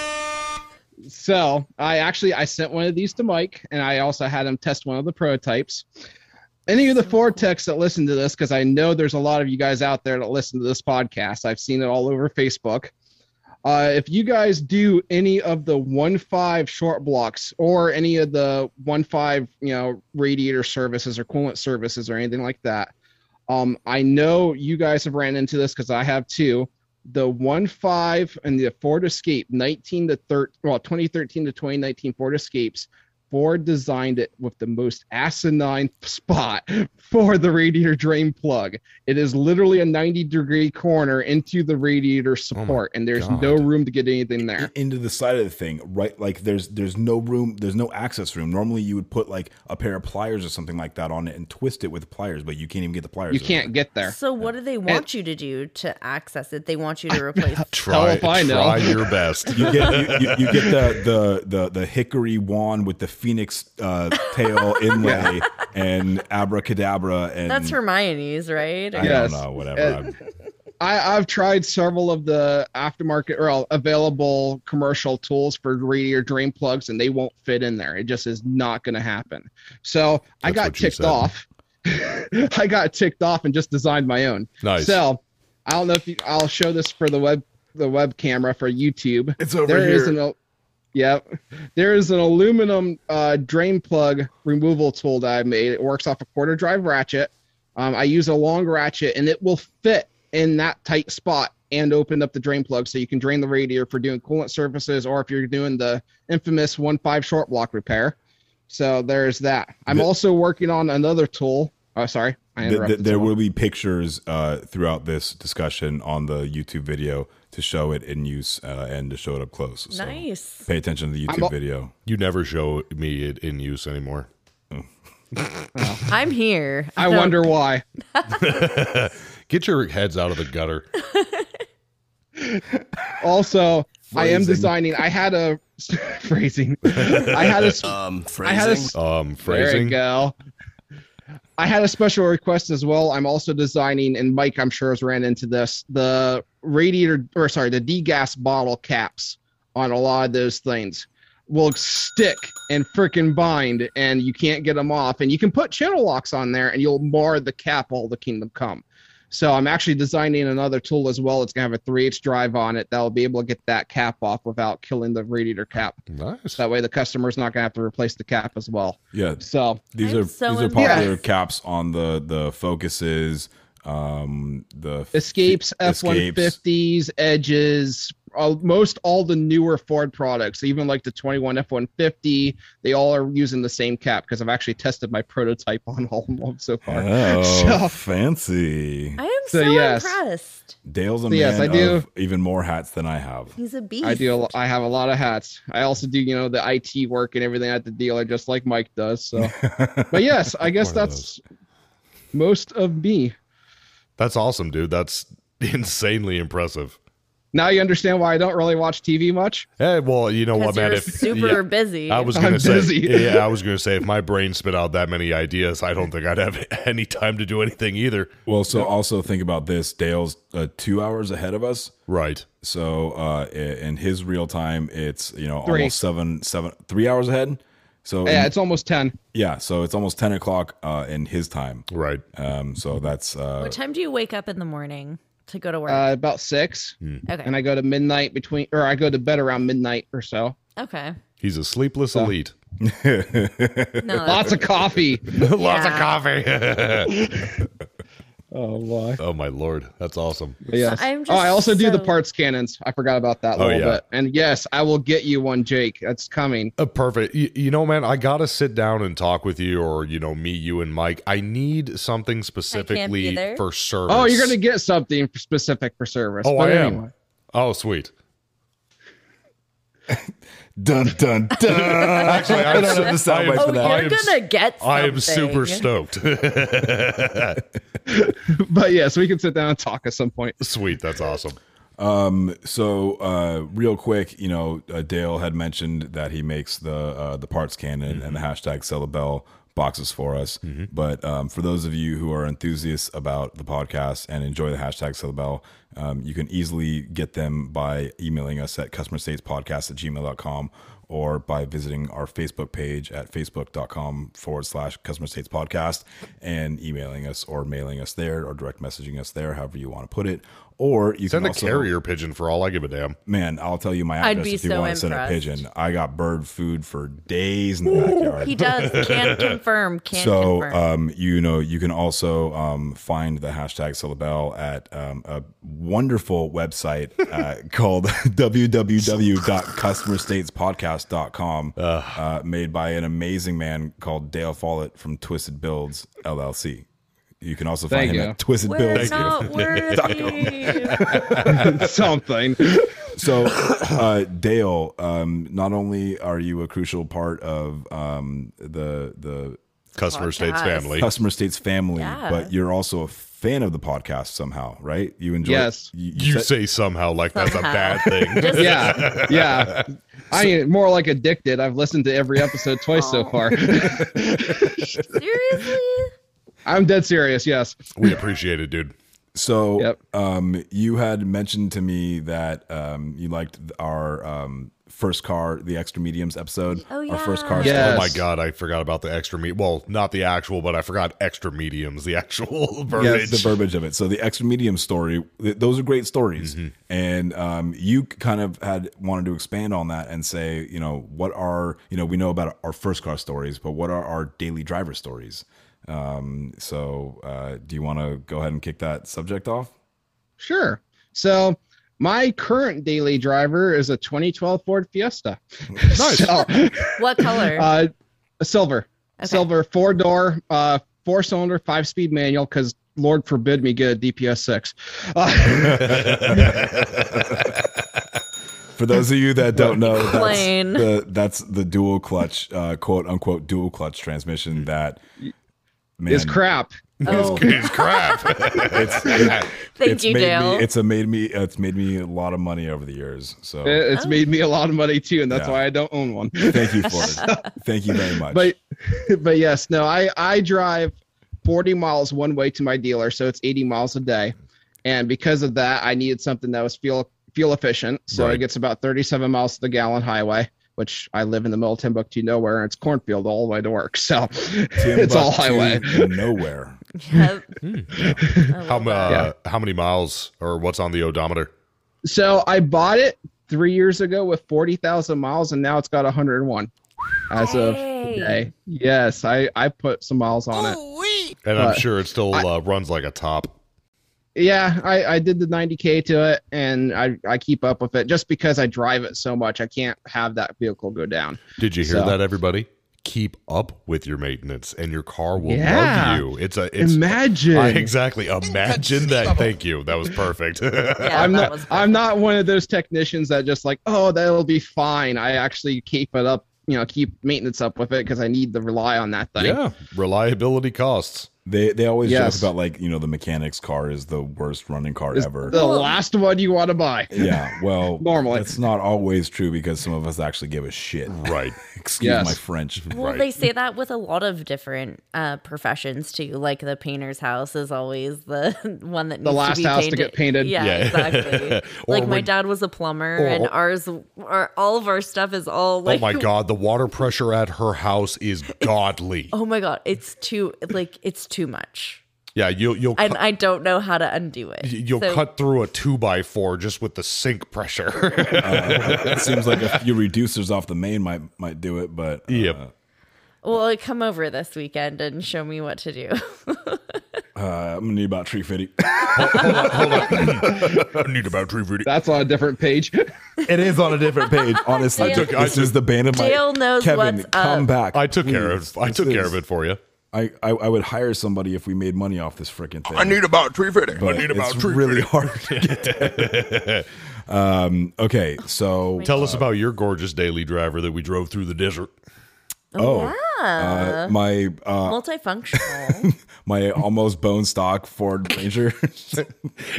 Speaker 5: So I actually I sent one of these to Mike, and I also had him test one of the prototypes. Any of the Vortex that listen to this, because I know there's a lot of you guys out there that listen to this podcast. I've seen it all over Facebook. Uh, if you guys do any of the one five short blocks or any of the one five you know radiator services or coolant services or anything like that, um, I know you guys have ran into this because I have too the one five and the Ford Escape, 19 to 13, well, 2013 to 2019 Ford Escapes, Ford designed it with the most asinine <laughs> spot for the radiator drain plug. It is literally a 90 degree corner into the radiator support, and there's no room to get anything there.
Speaker 2: into the side of the thing, right? Like there's there's no room, there's no access room. Normally you would put like a pair of pliers or something like that on it and twist it with pliers, but you can't even get the pliers.
Speaker 5: You
Speaker 2: in
Speaker 5: can't
Speaker 2: there.
Speaker 5: get there.
Speaker 4: so what do they want you to do to access it? They want you to
Speaker 1: <laughs>
Speaker 4: replace.
Speaker 1: Try,
Speaker 5: if I know.
Speaker 1: try your
Speaker 5: <laughs>
Speaker 1: best.
Speaker 2: You get you, you, you get the, the the the hickory wand with the phoenix uh,
Speaker 5: <laughs>
Speaker 2: tail inlay and abracadabra and
Speaker 4: That's Hermione's, right?
Speaker 2: I
Speaker 5: Yes.
Speaker 2: don't know whatever.
Speaker 5: Uh, I, I've tried several of the aftermarket or uh, available commercial tools for radiator drain plugs, and they won't fit in there. It just is not going to happen. So I
Speaker 1: That's
Speaker 5: got
Speaker 1: what you
Speaker 5: ticked
Speaker 1: said.
Speaker 5: off. <laughs> I got ticked off and just designed my own.
Speaker 1: Nice.
Speaker 5: So I don't know if you, I'll show this for the web the web camera for YouTube.
Speaker 2: it's over
Speaker 5: There is an al- yep. There is an aluminum uh, drain plug removal tool that I made. It works off a quarter drive ratchet. Um, I use a long ratchet, and it will fit in that tight spot and open up the drain plug so you can drain the radiator for doing coolant services or if you're doing the infamous one five short block repair. So there's that. I'm
Speaker 2: The-
Speaker 5: also working on another tool. Oh, sorry. I
Speaker 2: Th- th-
Speaker 5: interrupted
Speaker 2: there
Speaker 5: someone.
Speaker 2: will be pictures uh, throughout this discussion on the YouTube video to show it in use uh, and to show it up close. So
Speaker 4: Nice.
Speaker 2: Pay attention to the
Speaker 5: I'm
Speaker 2: YouTube
Speaker 5: al-
Speaker 2: video.
Speaker 1: You never show me it in use anymore.
Speaker 4: I'm here.
Speaker 5: I
Speaker 4: don't-
Speaker 5: wonder why.
Speaker 1: Get your heads out of the gutter.
Speaker 5: also i am
Speaker 2: Phrasing.
Speaker 5: designing i had a <laughs> phrasing i had a s-
Speaker 9: Um,
Speaker 5: I had a s-
Speaker 1: Um,
Speaker 5: <laughs> there you
Speaker 1: phrasing.
Speaker 5: go i had a special request as well i'm also designing and mike i'm sure has ran into this the radiator or sorry the degas bottle caps on a lot of those things will stick and frickin' bind and you can't get them off and you can put channel locks on there and you'll mar the cap all the kingdom come so I'm actually designing another tool as well. It's gonna have a 3H drive on it that'll be able to get that cap off without killing the radiator cap.
Speaker 1: Nice.
Speaker 5: That way the customer's not gonna have to replace the cap as well.
Speaker 2: Yeah,
Speaker 5: So
Speaker 2: these
Speaker 4: I'm
Speaker 2: are
Speaker 4: so
Speaker 2: these are popular
Speaker 4: impressed.
Speaker 2: caps on the the focuses, um, the f-
Speaker 5: escapes,
Speaker 1: E-
Speaker 2: Escapes.
Speaker 5: F150s, edges, uh, most all the newer Ford products, even like the 21 F150, they all are using the same cap because I've actually tested my <laughs> prototype on all of them so far.
Speaker 1: Uh-huh.
Speaker 2: Oh,
Speaker 5: <laughs> So-
Speaker 2: fancy!
Speaker 4: I am so,
Speaker 5: So, yes.
Speaker 4: impressed.
Speaker 2: Dale's a man
Speaker 5: Yes, I do.
Speaker 2: of even more hats than I have.
Speaker 4: He's a beast.
Speaker 5: I do. a lo- I have a lot of hats. I also do, you know, the IT work and everything at the dealer, just like Mike does.
Speaker 1: <laughs>
Speaker 5: So, but yes, I guess
Speaker 1: One of
Speaker 5: that's most of me.
Speaker 1: <laughs> That's awesome, dude. That's insanely impressive.
Speaker 5: Now you understand why I don't really watch TV much.
Speaker 1: Eh, well, you know what,
Speaker 4: Because
Speaker 1: man?
Speaker 4: you're
Speaker 1: If
Speaker 4: super
Speaker 1: yeah,
Speaker 4: busy.
Speaker 1: I was
Speaker 5: I'm
Speaker 1: gonna say,
Speaker 5: busy.
Speaker 1: yeah, I was gonna say, if my brain spit out that many ideas, I don't think I'd have <laughs> any time to do anything either.
Speaker 2: Well, so also think about this. Dale's uh, two hours ahead of us.
Speaker 1: Right.
Speaker 2: So uh, i- in his real time, it's you know
Speaker 5: Three.
Speaker 2: almost seven, seven, three hours ahead. So
Speaker 1: Hmm.
Speaker 5: Yeah,
Speaker 2: in-
Speaker 5: it's almost ten.
Speaker 2: yeah, so it's almost ten o'clock uh, in his time.
Speaker 1: Right.
Speaker 2: Um, so that's uh,
Speaker 4: what time do you wake up in the morning to go to work?
Speaker 5: Uh, about six,
Speaker 1: Hmm.
Speaker 4: okay.
Speaker 5: and I go to midnight between, or I go to bed around midnight or so.
Speaker 4: okay.
Speaker 1: He's a sleepless elite. <laughs>
Speaker 4: No, that's-
Speaker 5: Lots of coffee.
Speaker 1: Lots of
Speaker 4: Yeah.
Speaker 1: coffee. <laughs>
Speaker 5: oh my.
Speaker 1: oh my lord, that's awesome.
Speaker 5: Yes.
Speaker 4: I'm
Speaker 5: oh, I
Speaker 4: just
Speaker 5: also do the
Speaker 4: so-
Speaker 5: parts cannons. I forgot about that a
Speaker 1: Oh,
Speaker 5: little
Speaker 1: yeah.
Speaker 5: bit. And yes, I will get you one, Jake. That's coming.
Speaker 1: Uh, perfect. You, you know, man, I gotta sit down and talk with you, or you know, me, you, and Mike. I need something specifically
Speaker 4: there.
Speaker 1: for service.
Speaker 5: Oh, you're gonna get something specific for service.
Speaker 1: Oh,
Speaker 5: But
Speaker 1: I am.
Speaker 5: anyway.
Speaker 1: Oh, sweet.
Speaker 2: dun dun dun.
Speaker 5: <laughs>
Speaker 1: Actually,
Speaker 2: <laughs>
Speaker 1: I'm,
Speaker 2: don't
Speaker 1: so-
Speaker 2: have the soundbite
Speaker 1: I am-
Speaker 2: for
Speaker 4: Oh,
Speaker 2: that.
Speaker 1: I
Speaker 4: you're
Speaker 1: am
Speaker 4: gonna get. Something.
Speaker 1: I am super stoked. <laughs>
Speaker 5: But yes, we can sit down and talk at some point. <laughs>
Speaker 1: Sweet, that's awesome.
Speaker 2: Um, so uh, real quick, you know, uh, Dale had mentioned that he makes the uh, the parts cannon and the hashtag sell the bell boxes for us. But um, for those of you who are enthusiasts about the podcast and enjoy the hashtag sell the bell, um, you can easily get them by emailing us at customerstatespodcast at gmail.com or by visiting our Facebook page at facebook.com forward slash customer states podcast and emailing us or mailing us there or direct messaging us there, however you want to put it. Or you
Speaker 1: Send
Speaker 2: can
Speaker 1: a
Speaker 2: also-
Speaker 1: carrier pigeon for all I give a damn.
Speaker 2: Man, I'll tell you my
Speaker 4: I'd
Speaker 2: address
Speaker 4: be
Speaker 2: if you
Speaker 4: so
Speaker 2: want to send a
Speaker 4: impressed.
Speaker 2: pigeon. I got bird food for days in the backyard.
Speaker 4: He <laughs> does. Can confirm. Can
Speaker 2: so,
Speaker 4: confirm.
Speaker 2: um, you know, you can also um, find the hashtag syllabel at um, a wonderful
Speaker 4: <laughs>
Speaker 2: website uh, called <laughs> www.customerstatespodcast.com, uh, uh, made by an amazing man called Dale Follett from Twisted Builds LLC. You can also find
Speaker 5: Thank
Speaker 2: him
Speaker 5: you.
Speaker 2: at Twisted
Speaker 4: We're
Speaker 2: Builds.
Speaker 4: not <laughs> worthy.
Speaker 5: something.
Speaker 2: So, <coughs> uh, Dale, um, not only are you a crucial part of um, the the
Speaker 1: Customer states
Speaker 4: Podcast.
Speaker 1: family.
Speaker 2: customer states family,
Speaker 4: Yeah.
Speaker 2: but you're also a fan of the podcast somehow, right? You enjoy.
Speaker 5: Yes.
Speaker 2: You, you
Speaker 1: You
Speaker 2: said-
Speaker 1: say somehow like that's a
Speaker 4: Somehow.
Speaker 1: bad thing.
Speaker 4: <laughs> Just
Speaker 5: Yeah, yeah. I am more like addicted. I've listened to every episode twice so
Speaker 4: Aw.
Speaker 5: far. <laughs>
Speaker 4: seriously.
Speaker 5: I'm dead serious. Yes.
Speaker 1: we appreciate it, dude.
Speaker 2: so.
Speaker 5: Yep.
Speaker 2: Um, you had mentioned to me that um, you liked our um, first car, the extra mediums episode.
Speaker 4: Oh,
Speaker 2: Our first
Speaker 4: yeah.
Speaker 2: car.
Speaker 5: Yes.
Speaker 1: Oh my god, I forgot about the extra meat. Well, not the actual, but I forgot extra mediums. The actual <laughs>
Speaker 2: Yes,
Speaker 1: verbiage.
Speaker 2: the verbiage of it. So the extra medium story, th- those are great stories, and um, you kind of had wanted to expand on that and say, you know, what are you know we know about our first car stories, but what are our daily driver stories? Um, so uh, do you want to go ahead and kick that subject off?
Speaker 5: Sure. So my current daily driver is a 2012 Ford Fiesta. <laughs> Nice. so,
Speaker 4: What color?
Speaker 5: <laughs> uh, a silver,
Speaker 4: Okay.
Speaker 5: silver four door, uh, four cylinder, five speed manual. Because Lord forbid me get a DPS six.
Speaker 2: <laughs>
Speaker 5: Uh,
Speaker 2: For those of you that don't know, that's
Speaker 4: Plain.
Speaker 2: the, that's the dual clutch, uh, quote unquote, dual clutch transmission that man,
Speaker 5: is crap.
Speaker 4: oh,
Speaker 1: It's crap. <laughs>
Speaker 2: It's, it-
Speaker 4: Thank
Speaker 2: it's
Speaker 4: you,
Speaker 2: made
Speaker 4: Dale.
Speaker 2: Me, it's a made me. It's made me a lot of money over the years. So
Speaker 5: It- It's
Speaker 4: Oh.
Speaker 5: made me a lot of money too, and that's
Speaker 2: Yeah.
Speaker 5: why I don't own one. <laughs>
Speaker 2: thank you for it. Thank you very much.
Speaker 5: but <laughs> but yes no i i drive 40 miles one way to my dealer so it's 80 miles a day and because of that i needed something that was fuel fuel efficient so
Speaker 1: Right.
Speaker 5: it gets about 37 miles to the gallon highway which i live in the middle of timbuktu nowhere and it's cornfield all the way to work so <laughs> it's all
Speaker 2: Timbuktu,
Speaker 5: highway
Speaker 2: Nowhere.
Speaker 4: <laughs> yep.
Speaker 1: how, ma- uh, how many miles or what's on the odometer?
Speaker 5: so i bought it three years ago with 40000 miles and now it's got 101 as of
Speaker 4: Hey.
Speaker 5: today yes i i put some miles on it
Speaker 1: And I'm
Speaker 5: Uh,
Speaker 1: sure it still uh, runs like a top.
Speaker 5: Yeah, I, I did the 90k to it, and I, I keep up with it just because I drive it so much. I can't have that vehicle go down.
Speaker 1: Did you hear
Speaker 5: So-
Speaker 1: that, everybody? Keep up with your maintenance, and your car will
Speaker 5: Yeah.
Speaker 1: love you. It's a it's
Speaker 5: Imagine
Speaker 1: I- exactly. Imagine that. Thank you. That was perfect.
Speaker 4: <laughs> Yeah,
Speaker 5: I'm
Speaker 4: that
Speaker 5: not
Speaker 4: was
Speaker 5: I'm not one of those technicians that just like oh that'll be fine. I actually keep it up, you know, keep maintenance up with it because I need to rely on that thing.
Speaker 1: yeah. Reliability costs.
Speaker 2: They they always
Speaker 5: Yes.
Speaker 2: joke about like you know the mechanic's car is the worst running car
Speaker 5: It's
Speaker 2: ever.
Speaker 5: the last one you want to buy.
Speaker 2: yeah, well,
Speaker 5: <laughs> Normally.
Speaker 2: it's not always true because some of us actually give a shit.
Speaker 1: Right.
Speaker 2: <laughs> Excuse
Speaker 5: Yes.
Speaker 2: my
Speaker 5: <laughs>
Speaker 2: French.
Speaker 4: Well, they say that with a lot of different uh, professions too. Like the painter's house is always the <laughs> one that needs
Speaker 5: last
Speaker 4: to be
Speaker 5: house to
Speaker 4: painted.
Speaker 5: get painted.
Speaker 4: Yeah,
Speaker 1: Yeah. <laughs>
Speaker 4: exactly.
Speaker 1: Or
Speaker 4: like my
Speaker 1: when-
Speaker 4: dad was a plumber,
Speaker 1: or-
Speaker 4: and ours, our, all of our stuff is all
Speaker 1: Oh
Speaker 4: like.
Speaker 1: my god, the water pressure at her house is godly.
Speaker 4: Oh my god, it's too like it's too much,
Speaker 1: Yeah, you you'll
Speaker 4: and
Speaker 1: cut,
Speaker 4: I don't know how to undo it.
Speaker 1: you'll
Speaker 4: So-
Speaker 1: cut through a two by four just with the sink pressure. <laughs>
Speaker 2: it seems like a few reducers off the main might might do it, but uh,
Speaker 1: Yep.
Speaker 4: Well, come over this weekend and show me what to do. <laughs>
Speaker 1: Uh.
Speaker 2: I'm gonna need about three fifty. <laughs>
Speaker 1: I need about three video.
Speaker 5: That's on a different page. <laughs>
Speaker 2: it is on a different page. Honestly,
Speaker 4: Dale-
Speaker 2: this is the bane of my.
Speaker 4: Dale knows
Speaker 2: Kevin,
Speaker 4: what's
Speaker 2: come
Speaker 4: up.
Speaker 2: back.
Speaker 1: I took care
Speaker 2: please.
Speaker 1: of I
Speaker 2: This
Speaker 1: took care
Speaker 2: is-
Speaker 1: of it for you.
Speaker 2: I, I, I would hire somebody if we made money off this freaking thing.
Speaker 9: about three fifty.
Speaker 2: but it's really hard to get there. <laughs> um, okay, so
Speaker 1: Tell us about your gorgeous daily driver that we drove through the desert.
Speaker 2: oh, uh, my uh,
Speaker 1: <laughs>
Speaker 4: Multifunctional.
Speaker 2: my almost bone stock Ford
Speaker 9: <laughs>
Speaker 2: Ranger,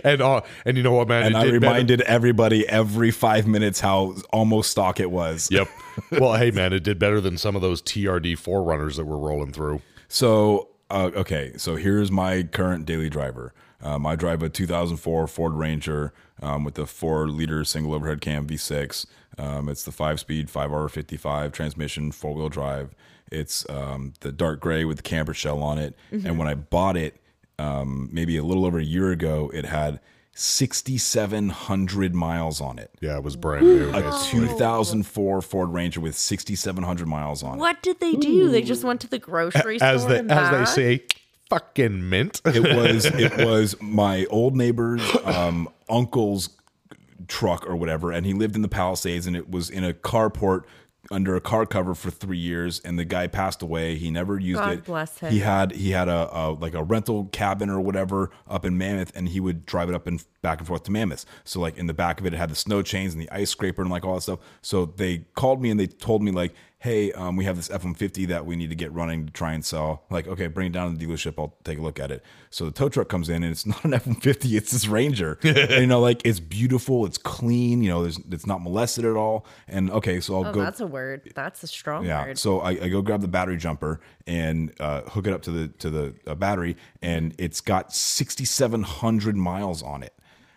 Speaker 1: And uh, and you know what, man?
Speaker 2: and
Speaker 1: It
Speaker 2: I
Speaker 1: did better-
Speaker 2: reminded everybody every five minutes how almost stock it was.
Speaker 1: <laughs> Yep. Well, hey man, it did better than some of those TRD forerunners that were rolling through.
Speaker 2: So uh, okay, so here's my current daily driver. Um, I drive a 2004 Ford Ranger um, with a four-liter single overhead cam V6. Um, it's the five-speed, five R55 transmission, four-wheel drive. It's um, the dark gray with the camber shell on it. And when I bought it, um, maybe a little over a year ago, it had 6,700 miles on it.
Speaker 1: Yeah, it was brand new.
Speaker 2: A 2004 Ford Ranger with 6,700 miles on it.
Speaker 4: what did they do? They just went to the grocery
Speaker 1: as
Speaker 4: store
Speaker 1: they
Speaker 4: and
Speaker 1: as they
Speaker 4: back?
Speaker 1: say, fucking mint. <laughs>
Speaker 2: It was it was my old neighbor's um, uncle's truck or whatever, and he lived in the Palisades, and it was in a carport under a car cover for three years, and the guy passed away. He never used
Speaker 4: God
Speaker 2: it.
Speaker 4: bless him.
Speaker 2: He had he had a, a like a rental cabin or whatever up in Mammoth, and he would drive it up and back and forth to Mammoth. So like in the back of it, it had the snow chains and the ice scraper and like all that stuff. So they called me and they told me like, hey, um, we have this F one fifty that we need to get running to try and sell. Like, okay, bring it down to the dealership. I'll take a look at it. So the tow truck comes in and it's <laughs> not an F one fifty, it's this Ranger. and, you know, like it's beautiful, it's clean. You know, there's, it's not molested at all. And okay, so I'll
Speaker 4: Oh,
Speaker 2: go.
Speaker 4: that's a word. That's a strong
Speaker 2: Yeah.
Speaker 4: word.
Speaker 2: So I, I go grab the battery jumper and uh, hook it up to the to the uh, battery, and it's got sixty seven hundred miles on it.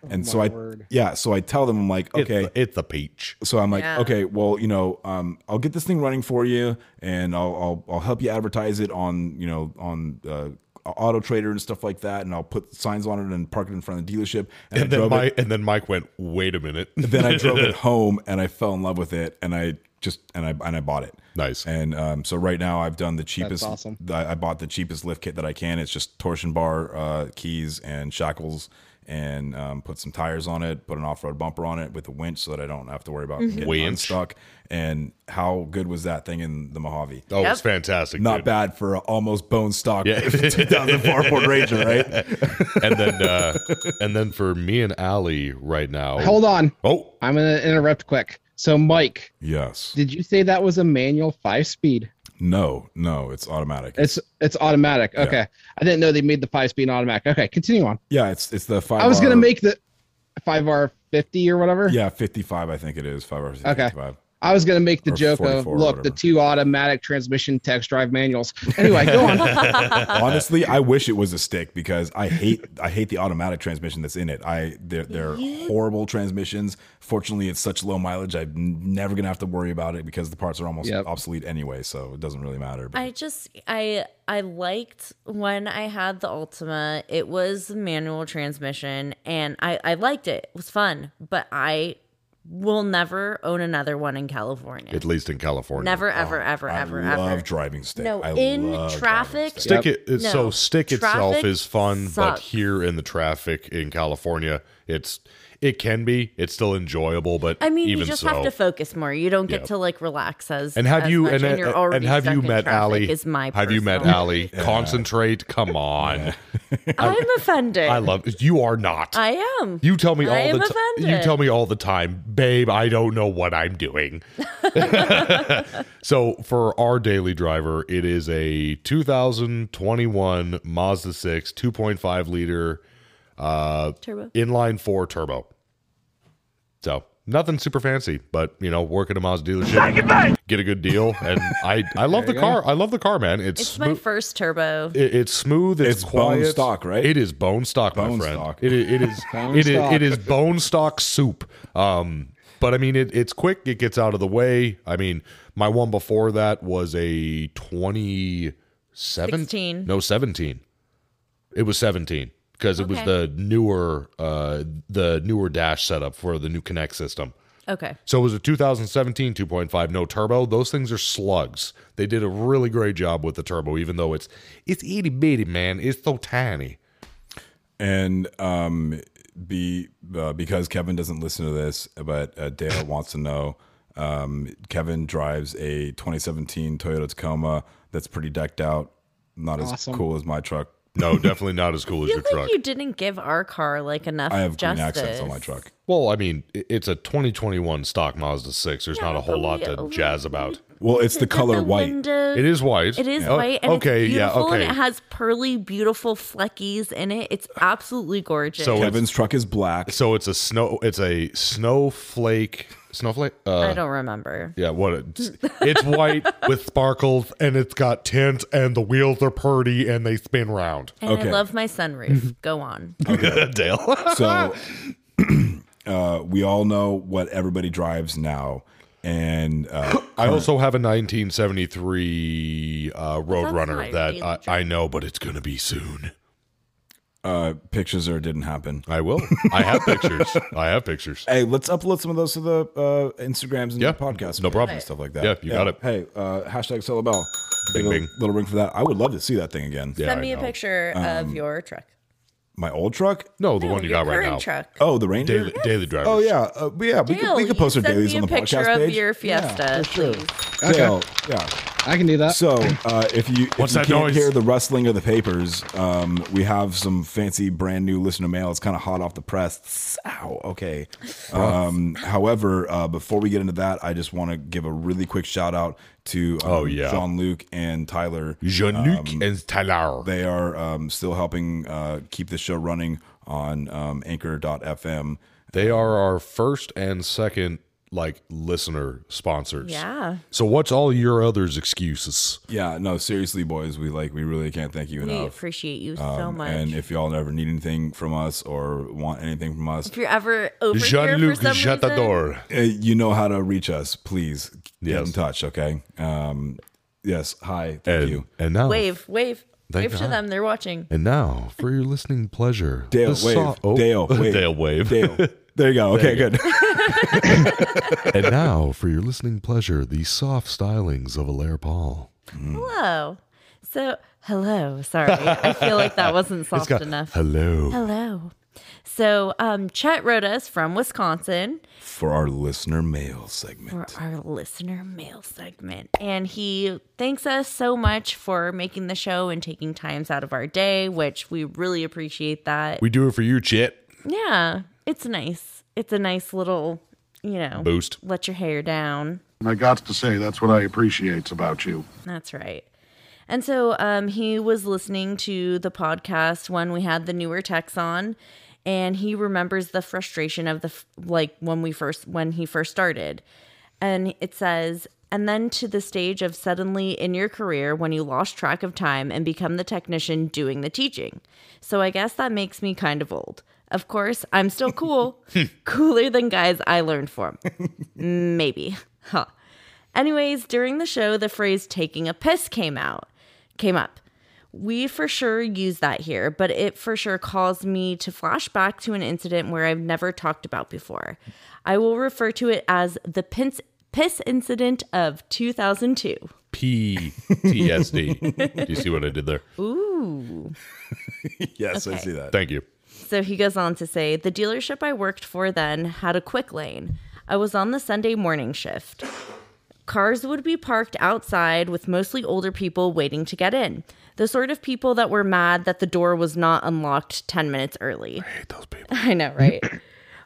Speaker 2: And so I, yeah. So I tell them, I'm like,
Speaker 1: It's
Speaker 2: okay.
Speaker 1: the- it's the peach.
Speaker 2: so I'm like,
Speaker 4: Yeah.
Speaker 2: okay, well, you know, um, I'll get this thing running for you, and I'll I'll, I'll help you advertise it on you know on. Uh, Auto Trader and stuff like that, and I'll put signs on it and park it in front of the dealership. I
Speaker 1: And then
Speaker 2: drove it-
Speaker 1: Mike, and then Mike went, "Wait a minute." <laughs>
Speaker 2: then I drove it home and I fell in love with it and I just and I and I bought it.
Speaker 1: Nice.
Speaker 2: And um, so right now I've done the cheapest.
Speaker 5: awesome.
Speaker 2: I, I bought the cheapest lift kit that I can. It's just torsion bar, uh, keys, and shackles, and um, put some tires on it. Put an off road bumper on it with a winch so that I don't have to worry about getting
Speaker 1: Mm-hmm. Winch.
Speaker 2: unstuck. And how good was that thing in the Mojave?
Speaker 1: Oh, it's fantastic.
Speaker 2: Not
Speaker 1: dude.
Speaker 2: bad for an almost bone stock <laughs> 2004 Ford Ranger,
Speaker 5: <laughs>
Speaker 2: right?
Speaker 1: And then
Speaker 2: <laughs>
Speaker 1: uh, and then for me and Allie right now.
Speaker 5: Hold on.
Speaker 1: Oh,
Speaker 5: I'm going to interrupt quick. So, Mike,
Speaker 2: Yes.
Speaker 5: did you say that was a manual five speed?
Speaker 2: No. No. It's automatic.
Speaker 5: It's it's automatic. Okay. I didn't know they made the five speed automatic. Okay, continue on.
Speaker 2: yeah. It's it's the five.
Speaker 5: I was going to
Speaker 2: R-
Speaker 5: make the 5R50 or whatever.
Speaker 2: Yeah, 55, I think it is. Five hours.
Speaker 5: Okay.
Speaker 2: 55.
Speaker 5: I was going to make the
Speaker 2: Or
Speaker 5: joke
Speaker 2: 44
Speaker 5: of
Speaker 2: or
Speaker 5: look, the
Speaker 2: whatever.
Speaker 5: two automatic transmission text drive manuals. Anyway, go on.
Speaker 2: Honestly, I wish it was a stick because I hate I hate the automatic transmission that's in it. I they're, they're horrible transmissions. Fortunately, it's such low mileage. I'm n- never gonna have to worry about it because the parts are almost
Speaker 5: Yep.
Speaker 2: obsolete anyway, so it doesn't really matter. But
Speaker 4: I just I I liked when I had the Ultima. It was manual transmission and I I liked it. It was fun, but I will never own another one in California.
Speaker 1: at least in California.
Speaker 4: never ever ever
Speaker 2: I
Speaker 4: ever
Speaker 2: love
Speaker 4: ever.
Speaker 2: driving stick.
Speaker 4: No,
Speaker 2: I
Speaker 4: in
Speaker 2: love driving
Speaker 4: traffic-
Speaker 2: stick.
Speaker 1: Stick it. it- So
Speaker 4: No.
Speaker 1: stick itself
Speaker 4: Traffic
Speaker 1: is fun, but
Speaker 4: sucks.
Speaker 1: here in the traffic in California, it's it can be. It's still enjoyable, but
Speaker 4: I mean,
Speaker 1: even
Speaker 4: you just
Speaker 1: so,
Speaker 4: have to focus more. You don't get
Speaker 1: Yeah.
Speaker 4: to like relax as
Speaker 1: And have
Speaker 4: as
Speaker 1: you
Speaker 4: much,
Speaker 1: and, uh,
Speaker 4: you're
Speaker 1: and-
Speaker 4: already
Speaker 1: and have
Speaker 4: stuck
Speaker 1: you
Speaker 4: in
Speaker 1: met
Speaker 4: traffic
Speaker 1: Allie?
Speaker 4: Is my
Speaker 1: have you met
Speaker 4: personal-
Speaker 1: Allie? Concentrate. Come on.
Speaker 4: I'm offended.
Speaker 1: I love you. Are not.
Speaker 4: I am.
Speaker 1: you tell me
Speaker 4: I
Speaker 1: all
Speaker 4: am
Speaker 1: the time. You
Speaker 4: offended. <laughs>
Speaker 1: tell me all the time, babe. I don't know what I'm doing. So for our daily driver, it is a 2021 Mazda 6 2.5 liter uh,
Speaker 4: Turbo.
Speaker 1: inline four turbo. So nothing super fancy, but you know, work at a Mazda dealership, get a good deal, and I I love the car. I love the car, man. It's
Speaker 4: It's my first turbo.
Speaker 1: it, it's smooth. It's,
Speaker 2: It's bone
Speaker 1: quiet.
Speaker 2: stock, right?
Speaker 1: It is bone stock, my
Speaker 2: Bone
Speaker 1: friend.
Speaker 2: stock.
Speaker 1: It, i- it
Speaker 2: <laughs>
Speaker 1: is.
Speaker 5: Bone
Speaker 1: it, i-
Speaker 5: stock.
Speaker 1: it is bone stock soup. Um, but I mean, it, it's quick. It gets out of the way. I mean, my one before that was a twenty-seven.
Speaker 4: 16.
Speaker 1: No, seventeen. It was seventeen because it was
Speaker 4: Okay.
Speaker 1: the newer, uh, the newer dash setup for the new Connect system.
Speaker 4: Okay.
Speaker 1: So it was a 2017 2.5 no turbo. Those things are slugs. They did a really great job with the turbo, even though it's it's itty bitty, man. It's so tiny.
Speaker 2: and um, be uh, because Kevin doesn't listen to this, but uh, Dale wants to know. Um, Kevin drives a 2017 Toyota Tacoma that's pretty decked out, not
Speaker 5: Awesome.
Speaker 2: as cool as my truck.
Speaker 4: <laughs>
Speaker 1: No, definitely not as cool
Speaker 4: I
Speaker 1: as
Speaker 4: feel
Speaker 1: your
Speaker 4: like
Speaker 1: truck.
Speaker 4: you didn't give our car like enough
Speaker 2: I have green
Speaker 4: justice.
Speaker 2: accents on my truck.
Speaker 1: well, I mean, i- it's a 2021 stock Mazda 6. There's not a whole
Speaker 4: but
Speaker 1: lot
Speaker 4: we-
Speaker 1: to
Speaker 4: we-
Speaker 1: jazz about.
Speaker 2: Well, it's
Speaker 4: <laughs>
Speaker 2: the color white.
Speaker 4: window-
Speaker 1: It is white.
Speaker 4: It is
Speaker 1: Oh,
Speaker 4: white and
Speaker 1: okay,
Speaker 4: it's
Speaker 1: yeah,
Speaker 4: beautiful
Speaker 1: okay.
Speaker 4: and it has pearly, beautiful fleckies in it. It's absolutely gorgeous.
Speaker 1: So-
Speaker 2: Kevin's truck is black.
Speaker 1: so it's a snow it's a snowflake snowflake uh
Speaker 4: I don't remember.
Speaker 1: yeah, what
Speaker 4: <laughs>
Speaker 1: it's, it's white with sparkles and it's got tint and the wheels are purdy and they spin round.
Speaker 4: And
Speaker 2: okay.
Speaker 4: I love
Speaker 1: <laughs>
Speaker 4: my sunroof. Go on.
Speaker 2: <laughs>
Speaker 1: Dale.
Speaker 2: So <clears throat> uh, we all know what everybody drives now, and uh,
Speaker 1: I also have a 1973 uh, Roadrunner
Speaker 4: not
Speaker 1: that
Speaker 4: really
Speaker 1: I, I know, but it's going to be soon.
Speaker 2: uh, pictures or didn't happen.
Speaker 1: I
Speaker 2: <laughs>
Speaker 1: will. I have pictures. I have pictures.
Speaker 2: Hey, let's upload some of those to the uh, Instagrams and
Speaker 1: Yeah,
Speaker 2: the podcasts.
Speaker 1: no problem.
Speaker 2: and Stuff like that.
Speaker 1: Yeah, you got it.
Speaker 2: Hey, uh, hashtag sell a bell.
Speaker 1: Bing,
Speaker 2: Little-
Speaker 1: bing.
Speaker 2: Little ring for that. I would love to see that thing again. Yeah.
Speaker 4: Send me a picture
Speaker 2: Um,
Speaker 4: of your truck.
Speaker 2: My old truck?
Speaker 1: No, the one you
Speaker 4: your
Speaker 1: got right
Speaker 4: current
Speaker 1: now.
Speaker 4: truck.
Speaker 2: Oh, the Ranger?
Speaker 1: Daily, daily drivers.
Speaker 2: Oh, yeah. Uh, but yeah, we could,
Speaker 4: Dale,
Speaker 2: we could post our
Speaker 4: you send
Speaker 2: dailies
Speaker 4: me
Speaker 2: on the
Speaker 4: a picture
Speaker 2: podcast
Speaker 4: of
Speaker 2: page.
Speaker 4: your Fiesta. please.
Speaker 2: Dale, yeah.
Speaker 5: I can do that.
Speaker 2: So, uh, if you, if
Speaker 1: What's
Speaker 2: you
Speaker 1: that
Speaker 2: can't
Speaker 1: noise?
Speaker 2: hear the rustling of the papers, um, we have some fancy brand new listener mail. It's kind of hot off the press. Ow, okay. Um, however, uh, before we get into that, I just want to give a really quick shout out to um,
Speaker 1: Oh, yeah.
Speaker 2: Jean Luc and Tyler.
Speaker 1: Jean Luc
Speaker 2: Um,
Speaker 1: and Tyler.
Speaker 2: They are um, still helping uh, keep the show running on um, anchor.fm.
Speaker 1: They are our first and second like listener sponsors.
Speaker 4: Yeah.
Speaker 1: So what's all your others' excuses?
Speaker 2: Yeah, no, seriously, boys, we like we really can't thank you
Speaker 4: We
Speaker 2: enough.
Speaker 4: appreciate you so
Speaker 2: Um,
Speaker 4: much.
Speaker 2: And if y'all ever need anything from us or want anything from us,
Speaker 4: if you're ever over
Speaker 1: Jean
Speaker 4: here
Speaker 1: Luc
Speaker 4: for some
Speaker 1: shut the
Speaker 4: reason,
Speaker 1: door.
Speaker 2: uh, you know how to reach us. Please get
Speaker 1: Yes.
Speaker 2: in touch, okay? Um, yes, hi, thank
Speaker 1: And,
Speaker 2: you.
Speaker 1: and now,
Speaker 4: Wave, wave,
Speaker 1: Thank
Speaker 4: wave to
Speaker 1: God.
Speaker 4: them. They're watching.
Speaker 1: and now for your listening pleasure.
Speaker 2: Dale,
Speaker 1: the
Speaker 2: wave.
Speaker 1: so- oh, <laughs>
Speaker 2: Dale, wave.
Speaker 1: Dale, wave.
Speaker 2: Dale. <laughs> There you go. Okay, good. <laughs>
Speaker 1: and now for your listening pleasure, the soft stylings of Alaire Paul.
Speaker 4: Hello. Oh, So, hello. Sorry. I feel like that wasn't
Speaker 1: <laughs>
Speaker 4: soft
Speaker 1: It's got-
Speaker 4: enough.
Speaker 1: Hello.
Speaker 4: Hello. So, um, Chet wrote us from Wisconsin
Speaker 2: For our listener mail segment.
Speaker 4: for our listener mail segment. And he thanks us so much for making the show and taking times out of our day, which we really appreciate that.
Speaker 1: We do it for you, Chit.
Speaker 4: yeah, it's nice. It's a nice little, you know,
Speaker 1: Boost.
Speaker 4: let your hair down.
Speaker 10: I got to say, that's what I appreciate about you.
Speaker 4: That's right. And so um, he was listening to the podcast when we had the newer techs on, and he remembers the frustration of the f- like when we first when he first started, and it says. And then to the stage of suddenly in your career when you lost track of time and become the technician doing the teaching. So I guess that makes me kind of old. Of course, I'm still cool, cooler than guys I learned from. Maybe. Huh. Anyways, during the show, the phrase taking a piss came out, came up. We for sure use that here, but it for sure caused me to flash back to an incident where I've never talked about before. I will refer to it as the pince, piss incident of 2002.
Speaker 1: PTSD. do you see what I did there?
Speaker 4: Ooh.
Speaker 2: yes, I see that.
Speaker 1: Thank you.
Speaker 4: So he goes on to say the dealership I worked for then had a quick lane. I was on the Sunday morning shift. Cars would be parked outside with mostly older people waiting to get in. The sort of people that were mad that the door was not unlocked 10 minutes early. <laughs>
Speaker 1: Hate those people.
Speaker 4: I know, right?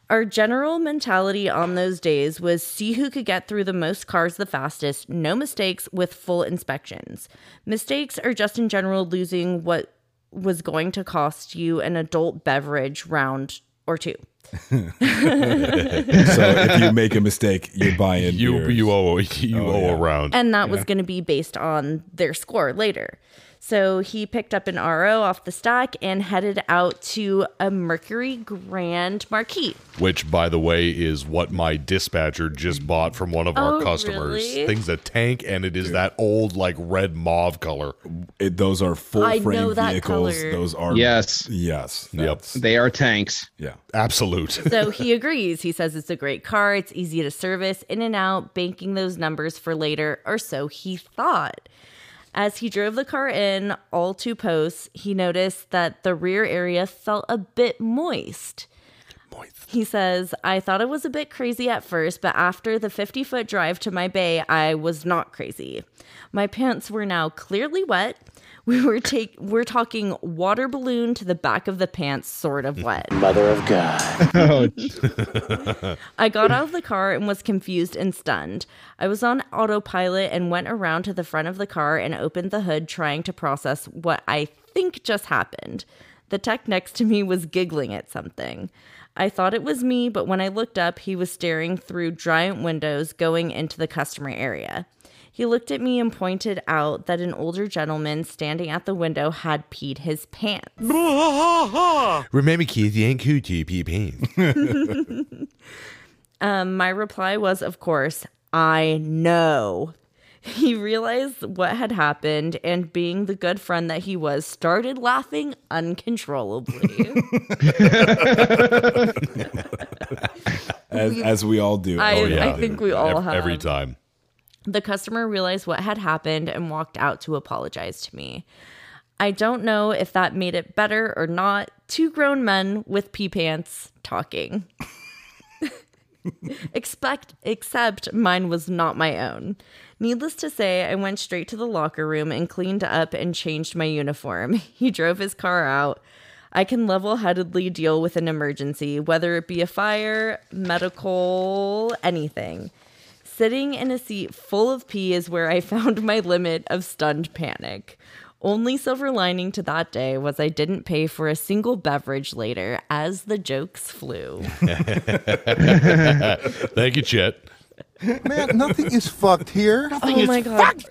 Speaker 4: Our general mentality on those days was see who could get through the most cars the fastest, no mistakes with full inspections. Mistakes are just in general losing what was going to cost you an adult beverage round or two.
Speaker 2: <laughs> so if you make a mistake, you're buying
Speaker 1: You
Speaker 2: beers.
Speaker 1: you owe you owe a round.
Speaker 4: And that was going to be based on their score later. So he picked up an RO off the stack and headed out to a Mercury Grand Marquis.
Speaker 1: which by the way is what my dispatcher just bought from one of our
Speaker 4: Oh,
Speaker 1: customers
Speaker 4: really?
Speaker 1: thing's a tank and it is that old like red mauve color
Speaker 2: It- those are full
Speaker 4: I
Speaker 2: frame
Speaker 4: know that
Speaker 2: vehicles.
Speaker 4: color.
Speaker 2: Those are
Speaker 5: Yes.
Speaker 2: yes,
Speaker 1: Yep.
Speaker 2: that's-
Speaker 5: They are tanks.
Speaker 2: yeah.
Speaker 1: absolute
Speaker 4: So he agrees. He says it's a great car, it's easy to service, in and out, banking those numbers for later, or so he thought. As he drove the car in, all two posts, he noticed that the rear area felt a bit moist. He says, I thought it was a bit crazy at first, but after the 50 foot drive to my bay, I was not crazy. My pants were now clearly wet. We were take we're talking water balloon to the back of the pants sort of wet.
Speaker 6: Mother of God.
Speaker 5: Oh,
Speaker 4: I got out of the car and was confused and stunned. I was on autopilot and went around to the front of the car and opened the hood, trying to process what I think just happened. The tech next to me was giggling at something. I thought it was me, but when I looked up, he was staring through giant windows going into the customer area. He looked at me and pointed out that an older gentleman standing at the window had peed his pants.
Speaker 1: remember kids you ain't coochie pee pants
Speaker 4: Um, my reply was, of course, I know. <laughs> He realized what had happened and, being the good friend that he was, started laughing uncontrollably. <laughs>
Speaker 2: As, as we all do.
Speaker 4: <laughs> I,
Speaker 2: Oh, yeah.
Speaker 4: I think we all have.
Speaker 1: every time
Speaker 4: The customer realized what had happened and walked out to apologize to me. I don't know if that made it better or not. Two grown men with pee pants talking. <laughs> Expect, except mine was not my own. Needless to say, I went straight to the locker room and cleaned up and changed my uniform. <laughs> He drove his car out. I can level headedly deal with an emergency, whether it be a fire, medical, anything. Sitting in a seat full of pee is where I <laughs> found my limit of stunned panic. Only silver lining to that day was I didn't pay for a single beverage later as the jokes
Speaker 2: <laughs>
Speaker 4: flew.
Speaker 1: thank you chet
Speaker 11: Man, nothing is fucked here.
Speaker 4: oh my god.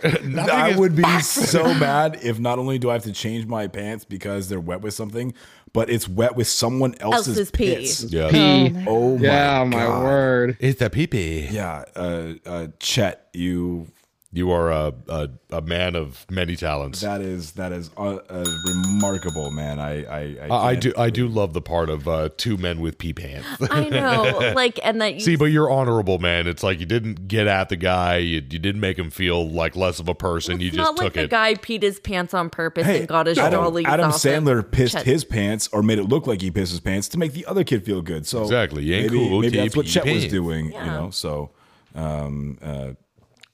Speaker 2: I would be so mad if not only do I have to change my pants because they're wet with something, but it's wet with someone else's,
Speaker 4: Else's pee.
Speaker 2: piss.
Speaker 1: yeah
Speaker 5: pee.
Speaker 2: Oh my
Speaker 5: yeah, my
Speaker 2: God.
Speaker 5: word.
Speaker 1: it's a pee pee
Speaker 2: Yeah, uh, uh, Chet, you
Speaker 1: you are a, a a man of many talents
Speaker 2: that is that is uh, uh, remarkable, man. I I, I,
Speaker 1: I, I
Speaker 2: can't-
Speaker 1: do I do love the part of uh, two men with pee pants <laughs>
Speaker 4: I know. Like and that you
Speaker 1: See, but you're honorable, man. It's like you didn't get at the guy. You, you didn't make him feel like less of a person. you
Speaker 4: it's
Speaker 1: just
Speaker 4: not like
Speaker 1: took
Speaker 4: the
Speaker 1: it.
Speaker 4: guy peed his pants on purpose
Speaker 2: Hey,
Speaker 4: and got his
Speaker 2: Adam,
Speaker 4: jollies
Speaker 2: Adam
Speaker 4: off him.
Speaker 2: Sandler pissed
Speaker 4: Chet-
Speaker 2: his pants or made it look like he pissed his pants to make the other kid feel good. So
Speaker 1: Exactly. You ain't
Speaker 2: maybe,
Speaker 1: cool,
Speaker 2: maybe that's what
Speaker 1: TP
Speaker 2: Chet was
Speaker 1: pants.
Speaker 2: doing. You
Speaker 4: Yeah.
Speaker 2: know, so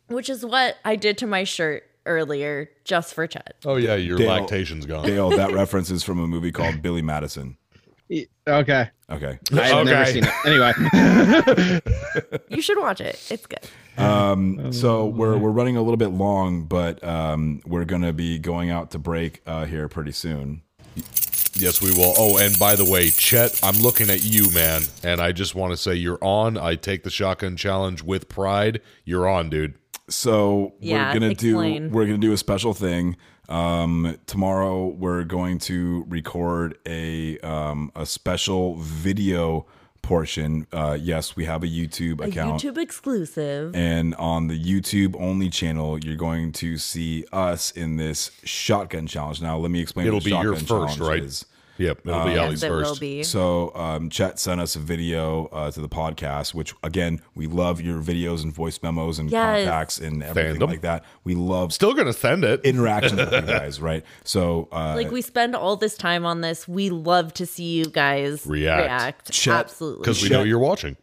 Speaker 4: Which is what I did to my shirt earlier just for Chet.
Speaker 1: oh yeah, your
Speaker 2: Dale-
Speaker 1: lactation's gone.
Speaker 2: Dale, that reference is from a movie called Billy Madison.
Speaker 5: Okay.
Speaker 2: Okay.
Speaker 5: I've never
Speaker 1: Okay.
Speaker 5: seen it.
Speaker 2: <laughs>
Speaker 5: Anyway.
Speaker 4: You should watch it. It's good.
Speaker 2: So we're
Speaker 1: Mm-hmm.
Speaker 2: we're running a little bit long, but um, we're gonna be going out to break uh, here pretty soon.
Speaker 1: Yes, we will. Oh, and by the way, Chet, I'm looking at you, man, and I just want to say you're on. I take the shotgun challenge with pride. You're on, dude.
Speaker 2: So
Speaker 4: Yeah,
Speaker 2: we're gonna
Speaker 4: explain.
Speaker 2: do we're gonna do a special thing. Um, tomorrow we're going to record a um, a special video portion. Uh, yes, we have a YouTube account.
Speaker 4: YouTube exclusive.
Speaker 2: And on the YouTube only channel, you're going to see us in this shotgun challenge. Now, let me explain.
Speaker 1: It'll
Speaker 2: what
Speaker 1: be your
Speaker 2: shotgun
Speaker 1: first,
Speaker 2: challenge
Speaker 1: right?
Speaker 2: is.
Speaker 1: Yep, it'll be Ali's
Speaker 4: Uh, yes, it will
Speaker 1: first.
Speaker 4: be.
Speaker 2: So, um, Chet sent us a video uh, to the podcast, which again, we love your videos and voice memos and
Speaker 4: Yes.
Speaker 2: contacts and everything
Speaker 1: Fandom.
Speaker 2: like that. We love
Speaker 1: Still gonna send it.
Speaker 2: interactions with you guys, right? So, uh,
Speaker 4: Like we spend all this time on this. We love to see you guys
Speaker 1: React.
Speaker 4: react.
Speaker 2: Chat.
Speaker 4: Absolutely.
Speaker 1: because we know you're watching.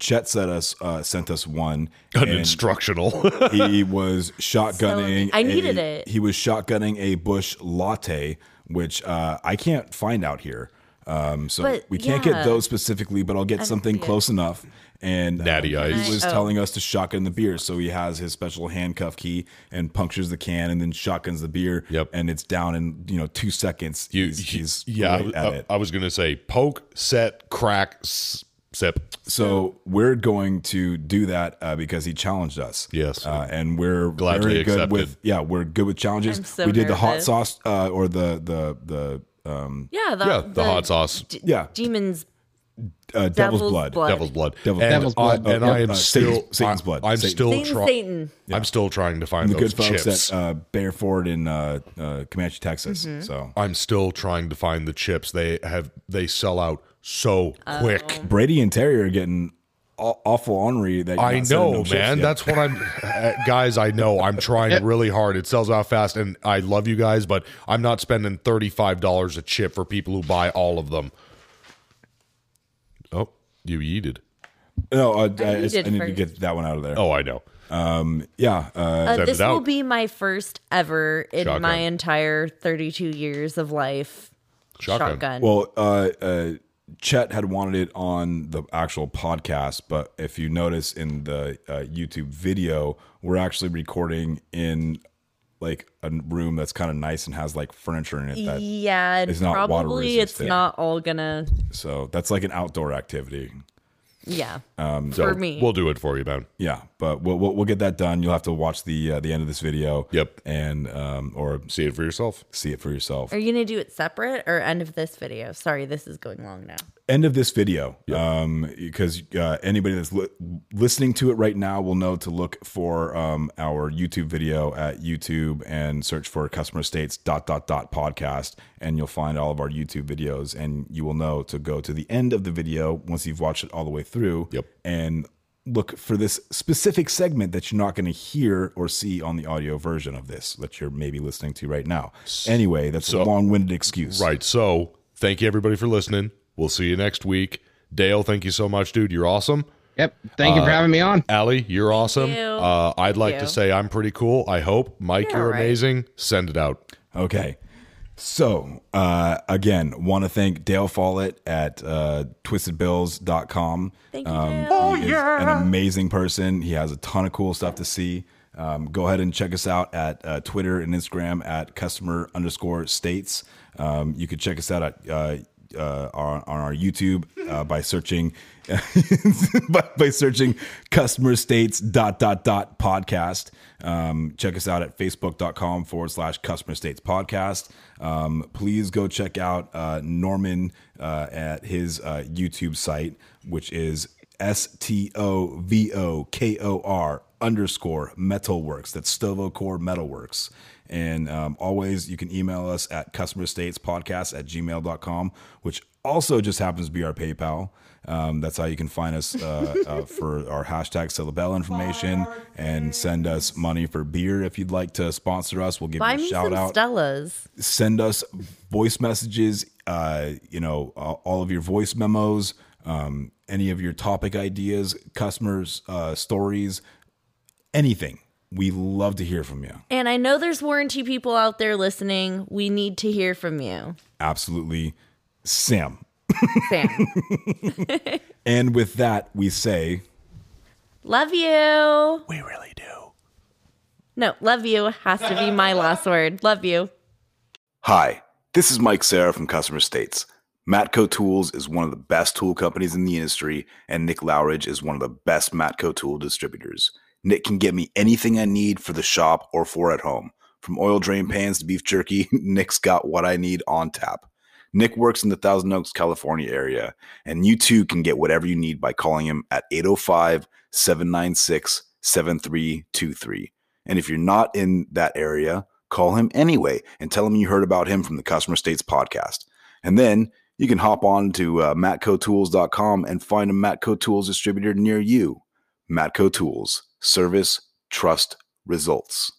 Speaker 2: Chet sent us uh, sent us one.
Speaker 1: An
Speaker 2: and
Speaker 1: <laughs> instructional.
Speaker 2: he was shotgunning.
Speaker 4: I needed
Speaker 2: a-
Speaker 4: it.
Speaker 2: He was shotgunning a bush latte, which uh, I can't find out here. Um, so
Speaker 4: But,
Speaker 2: we can't
Speaker 4: yeah.
Speaker 2: get those specifically, but I'll get
Speaker 4: I-
Speaker 2: something
Speaker 4: yeah.
Speaker 2: close enough. And um,
Speaker 1: Natty Ice.
Speaker 2: he was
Speaker 4: Oh.
Speaker 2: telling us to shotgun the beer, so he has his special handcuff key and punctures the can, and then shotguns the beer. Yep. and it's down in you know two seconds.
Speaker 1: You,
Speaker 2: he's, he's
Speaker 1: <laughs> yeah, uh,
Speaker 2: great
Speaker 1: I,
Speaker 2: at
Speaker 1: I-
Speaker 2: it.
Speaker 1: I was gonna say poke, set, crack, s- sip.
Speaker 2: So we're going to do that uh, because he challenged us. Yes, uh, and we're
Speaker 1: Gladly
Speaker 2: very good
Speaker 1: accepted.
Speaker 2: with yeah, we're good with challenges.
Speaker 4: I'm so
Speaker 2: we did the hot
Speaker 4: nervous.
Speaker 2: sauce uh, or the the the um
Speaker 4: Yeah, the- Yeah, the the hot
Speaker 1: sauce.
Speaker 2: yeah,
Speaker 4: Demons.
Speaker 2: uh, devil's,
Speaker 4: Devil's
Speaker 2: blood.
Speaker 4: Blood.
Speaker 1: Devil's blood.
Speaker 2: Devil's
Speaker 1: and
Speaker 2: Devil's blood.
Speaker 1: I, and
Speaker 2: Oh,
Speaker 1: I am
Speaker 2: uh,
Speaker 1: still
Speaker 2: Satan's- Satan's
Speaker 1: I-
Speaker 2: blood.
Speaker 1: I'm
Speaker 2: Satan's-
Speaker 1: still
Speaker 4: Satan's
Speaker 1: trying.
Speaker 4: Satan.
Speaker 1: I'm still trying to find
Speaker 2: the
Speaker 1: those
Speaker 2: good folks
Speaker 1: chips.
Speaker 2: at uh, Bear Ford in uh, uh, Comanche, Texas.
Speaker 4: Mhm.
Speaker 2: So
Speaker 1: I'm still trying to find the chips. They have they sell out so
Speaker 4: Oh.
Speaker 1: quick.
Speaker 2: Brady and Terry are getting aw- awful ornery that you're
Speaker 1: I
Speaker 2: not sending
Speaker 1: know,
Speaker 2: them
Speaker 1: man.
Speaker 2: chips yet.
Speaker 1: That's what
Speaker 2: <laughs>
Speaker 1: I'm, uh, guys. I know. I'm trying really hard. It sells out fast, and I love you guys, but I'm not spending thirty five dollars a chip for people who buy all of them. Oh, you yeeted.
Speaker 2: no. uh, I, I,
Speaker 4: you
Speaker 2: just- I
Speaker 4: did
Speaker 2: need to
Speaker 4: first.
Speaker 2: get that one out of there.
Speaker 1: Oh, I know.
Speaker 2: Um, yeah. Uh,
Speaker 4: Uh, this will be my first ever in
Speaker 2: Shotgun.
Speaker 4: my entire 32 years of life. Shotgun.
Speaker 2: Well, uh, uh, Chet had wanted it on the actual podcast, but if you notice in the uh, YouTube video, we're actually recording in like a room that's kind of nice and has like furniture in it. That
Speaker 4: yeah, and
Speaker 2: is not water
Speaker 4: probably it's
Speaker 2: resistant.
Speaker 4: not all gonna.
Speaker 2: So that's like an outdoor activity.
Speaker 4: Yeah.
Speaker 2: Um,
Speaker 4: For So me. we'll
Speaker 1: do it for you, man.
Speaker 2: Yeah, but we'll we'll, we'll get that done. You'll have to watch the uh, the end of this video. Yep, and um, or
Speaker 1: see it for yourself.
Speaker 2: See it for yourself.
Speaker 4: Are you gonna do it separate or end of this video? Sorry, this is going long now.
Speaker 2: end of this video um because uh, anybody that's li- listening to it right now will know to look for um our youtube video at youtube and search for customer states dot dot dot podcast and you'll find all of our youtube videos and you will know to go to the end of the video once you've watched it all the way through yep and look for this specific segment that you're not going to hear or see on the audio version of this that you're maybe listening to right now anyway that's
Speaker 1: So-
Speaker 2: a long-winded excuse
Speaker 1: Right. So thank you everybody for listening. We'll see you next week. Dale, thank you so much, dude. You're awesome.
Speaker 5: Yep. Thank you
Speaker 2: Uh,
Speaker 5: for having me on.
Speaker 1: Allie, you're awesome.
Speaker 5: you.
Speaker 1: Uh, I'd
Speaker 5: Thank
Speaker 1: like
Speaker 5: you.
Speaker 1: to say I'm pretty cool. I hope. Mike,
Speaker 2: You're
Speaker 1: you're
Speaker 2: all right.
Speaker 1: amazing. Send it out.
Speaker 2: Okay. So, uh, again, want to thank Dale Follett at uh, twistedbills.com. Thank you,
Speaker 7: Oh,
Speaker 2: Um, he is
Speaker 7: yeah.
Speaker 2: an amazing person. He has a ton of cool stuff to see. Um, go ahead and check us out at uh, Twitter and Instagram at customer underscore states. Um, you can check us out at uh, uh, on, on our YouTube uh, by searching <laughs> by, by searching customer states dot dot dot podcast. Um, check us out at facebook.com forward slash customer states podcast. Um, please go check out uh, Norman uh, at his uh, YouTube site, which is S T O V O K O R underscore metalworks. That's Stovocore Metalworks. And um, always, you can email us at customerstatespodcast at gmail.com, which also just happens to be our PayPal. Um, that's how you can find us uh, uh, for our hashtag Syllabel information and send us money for beer if you'd like to sponsor us. We'll give
Speaker 4: Buy
Speaker 2: you a
Speaker 4: me
Speaker 2: shout
Speaker 4: some
Speaker 2: out
Speaker 4: Stellas.
Speaker 2: send us voice messages uh you know uh, all of your voice memos um any of your topic ideas customers uh stories anything we love to hear from you
Speaker 4: And I know there's warranty people out there listening. We need to hear from you,
Speaker 2: absolutely sam <laughs>
Speaker 4: Sam.
Speaker 2: and with that we say
Speaker 4: love you. We really do. No, love you has to be my last word. Love you.
Speaker 12: Hi, this is Mike Sarah from Customer States. Matco Tools is one of the best tool companies in the industry, and Nick Lowridge is one of the best Matco tool distributors. Nick can get me anything I need for the shop or for at home. From oil drain pans to beef jerky, <laughs> Nick's got what I need on tap. Nick works in the Thousand Oaks, California area, and you too can get whatever you need by calling him at 805 796 7323. And if you're not in that area, call him anyway and tell him you heard about him from the Customer States podcast. And then you can hop on to uh, matcotools.com and find a Matco Tools distributor near you. Matco Tools, service, trust, results.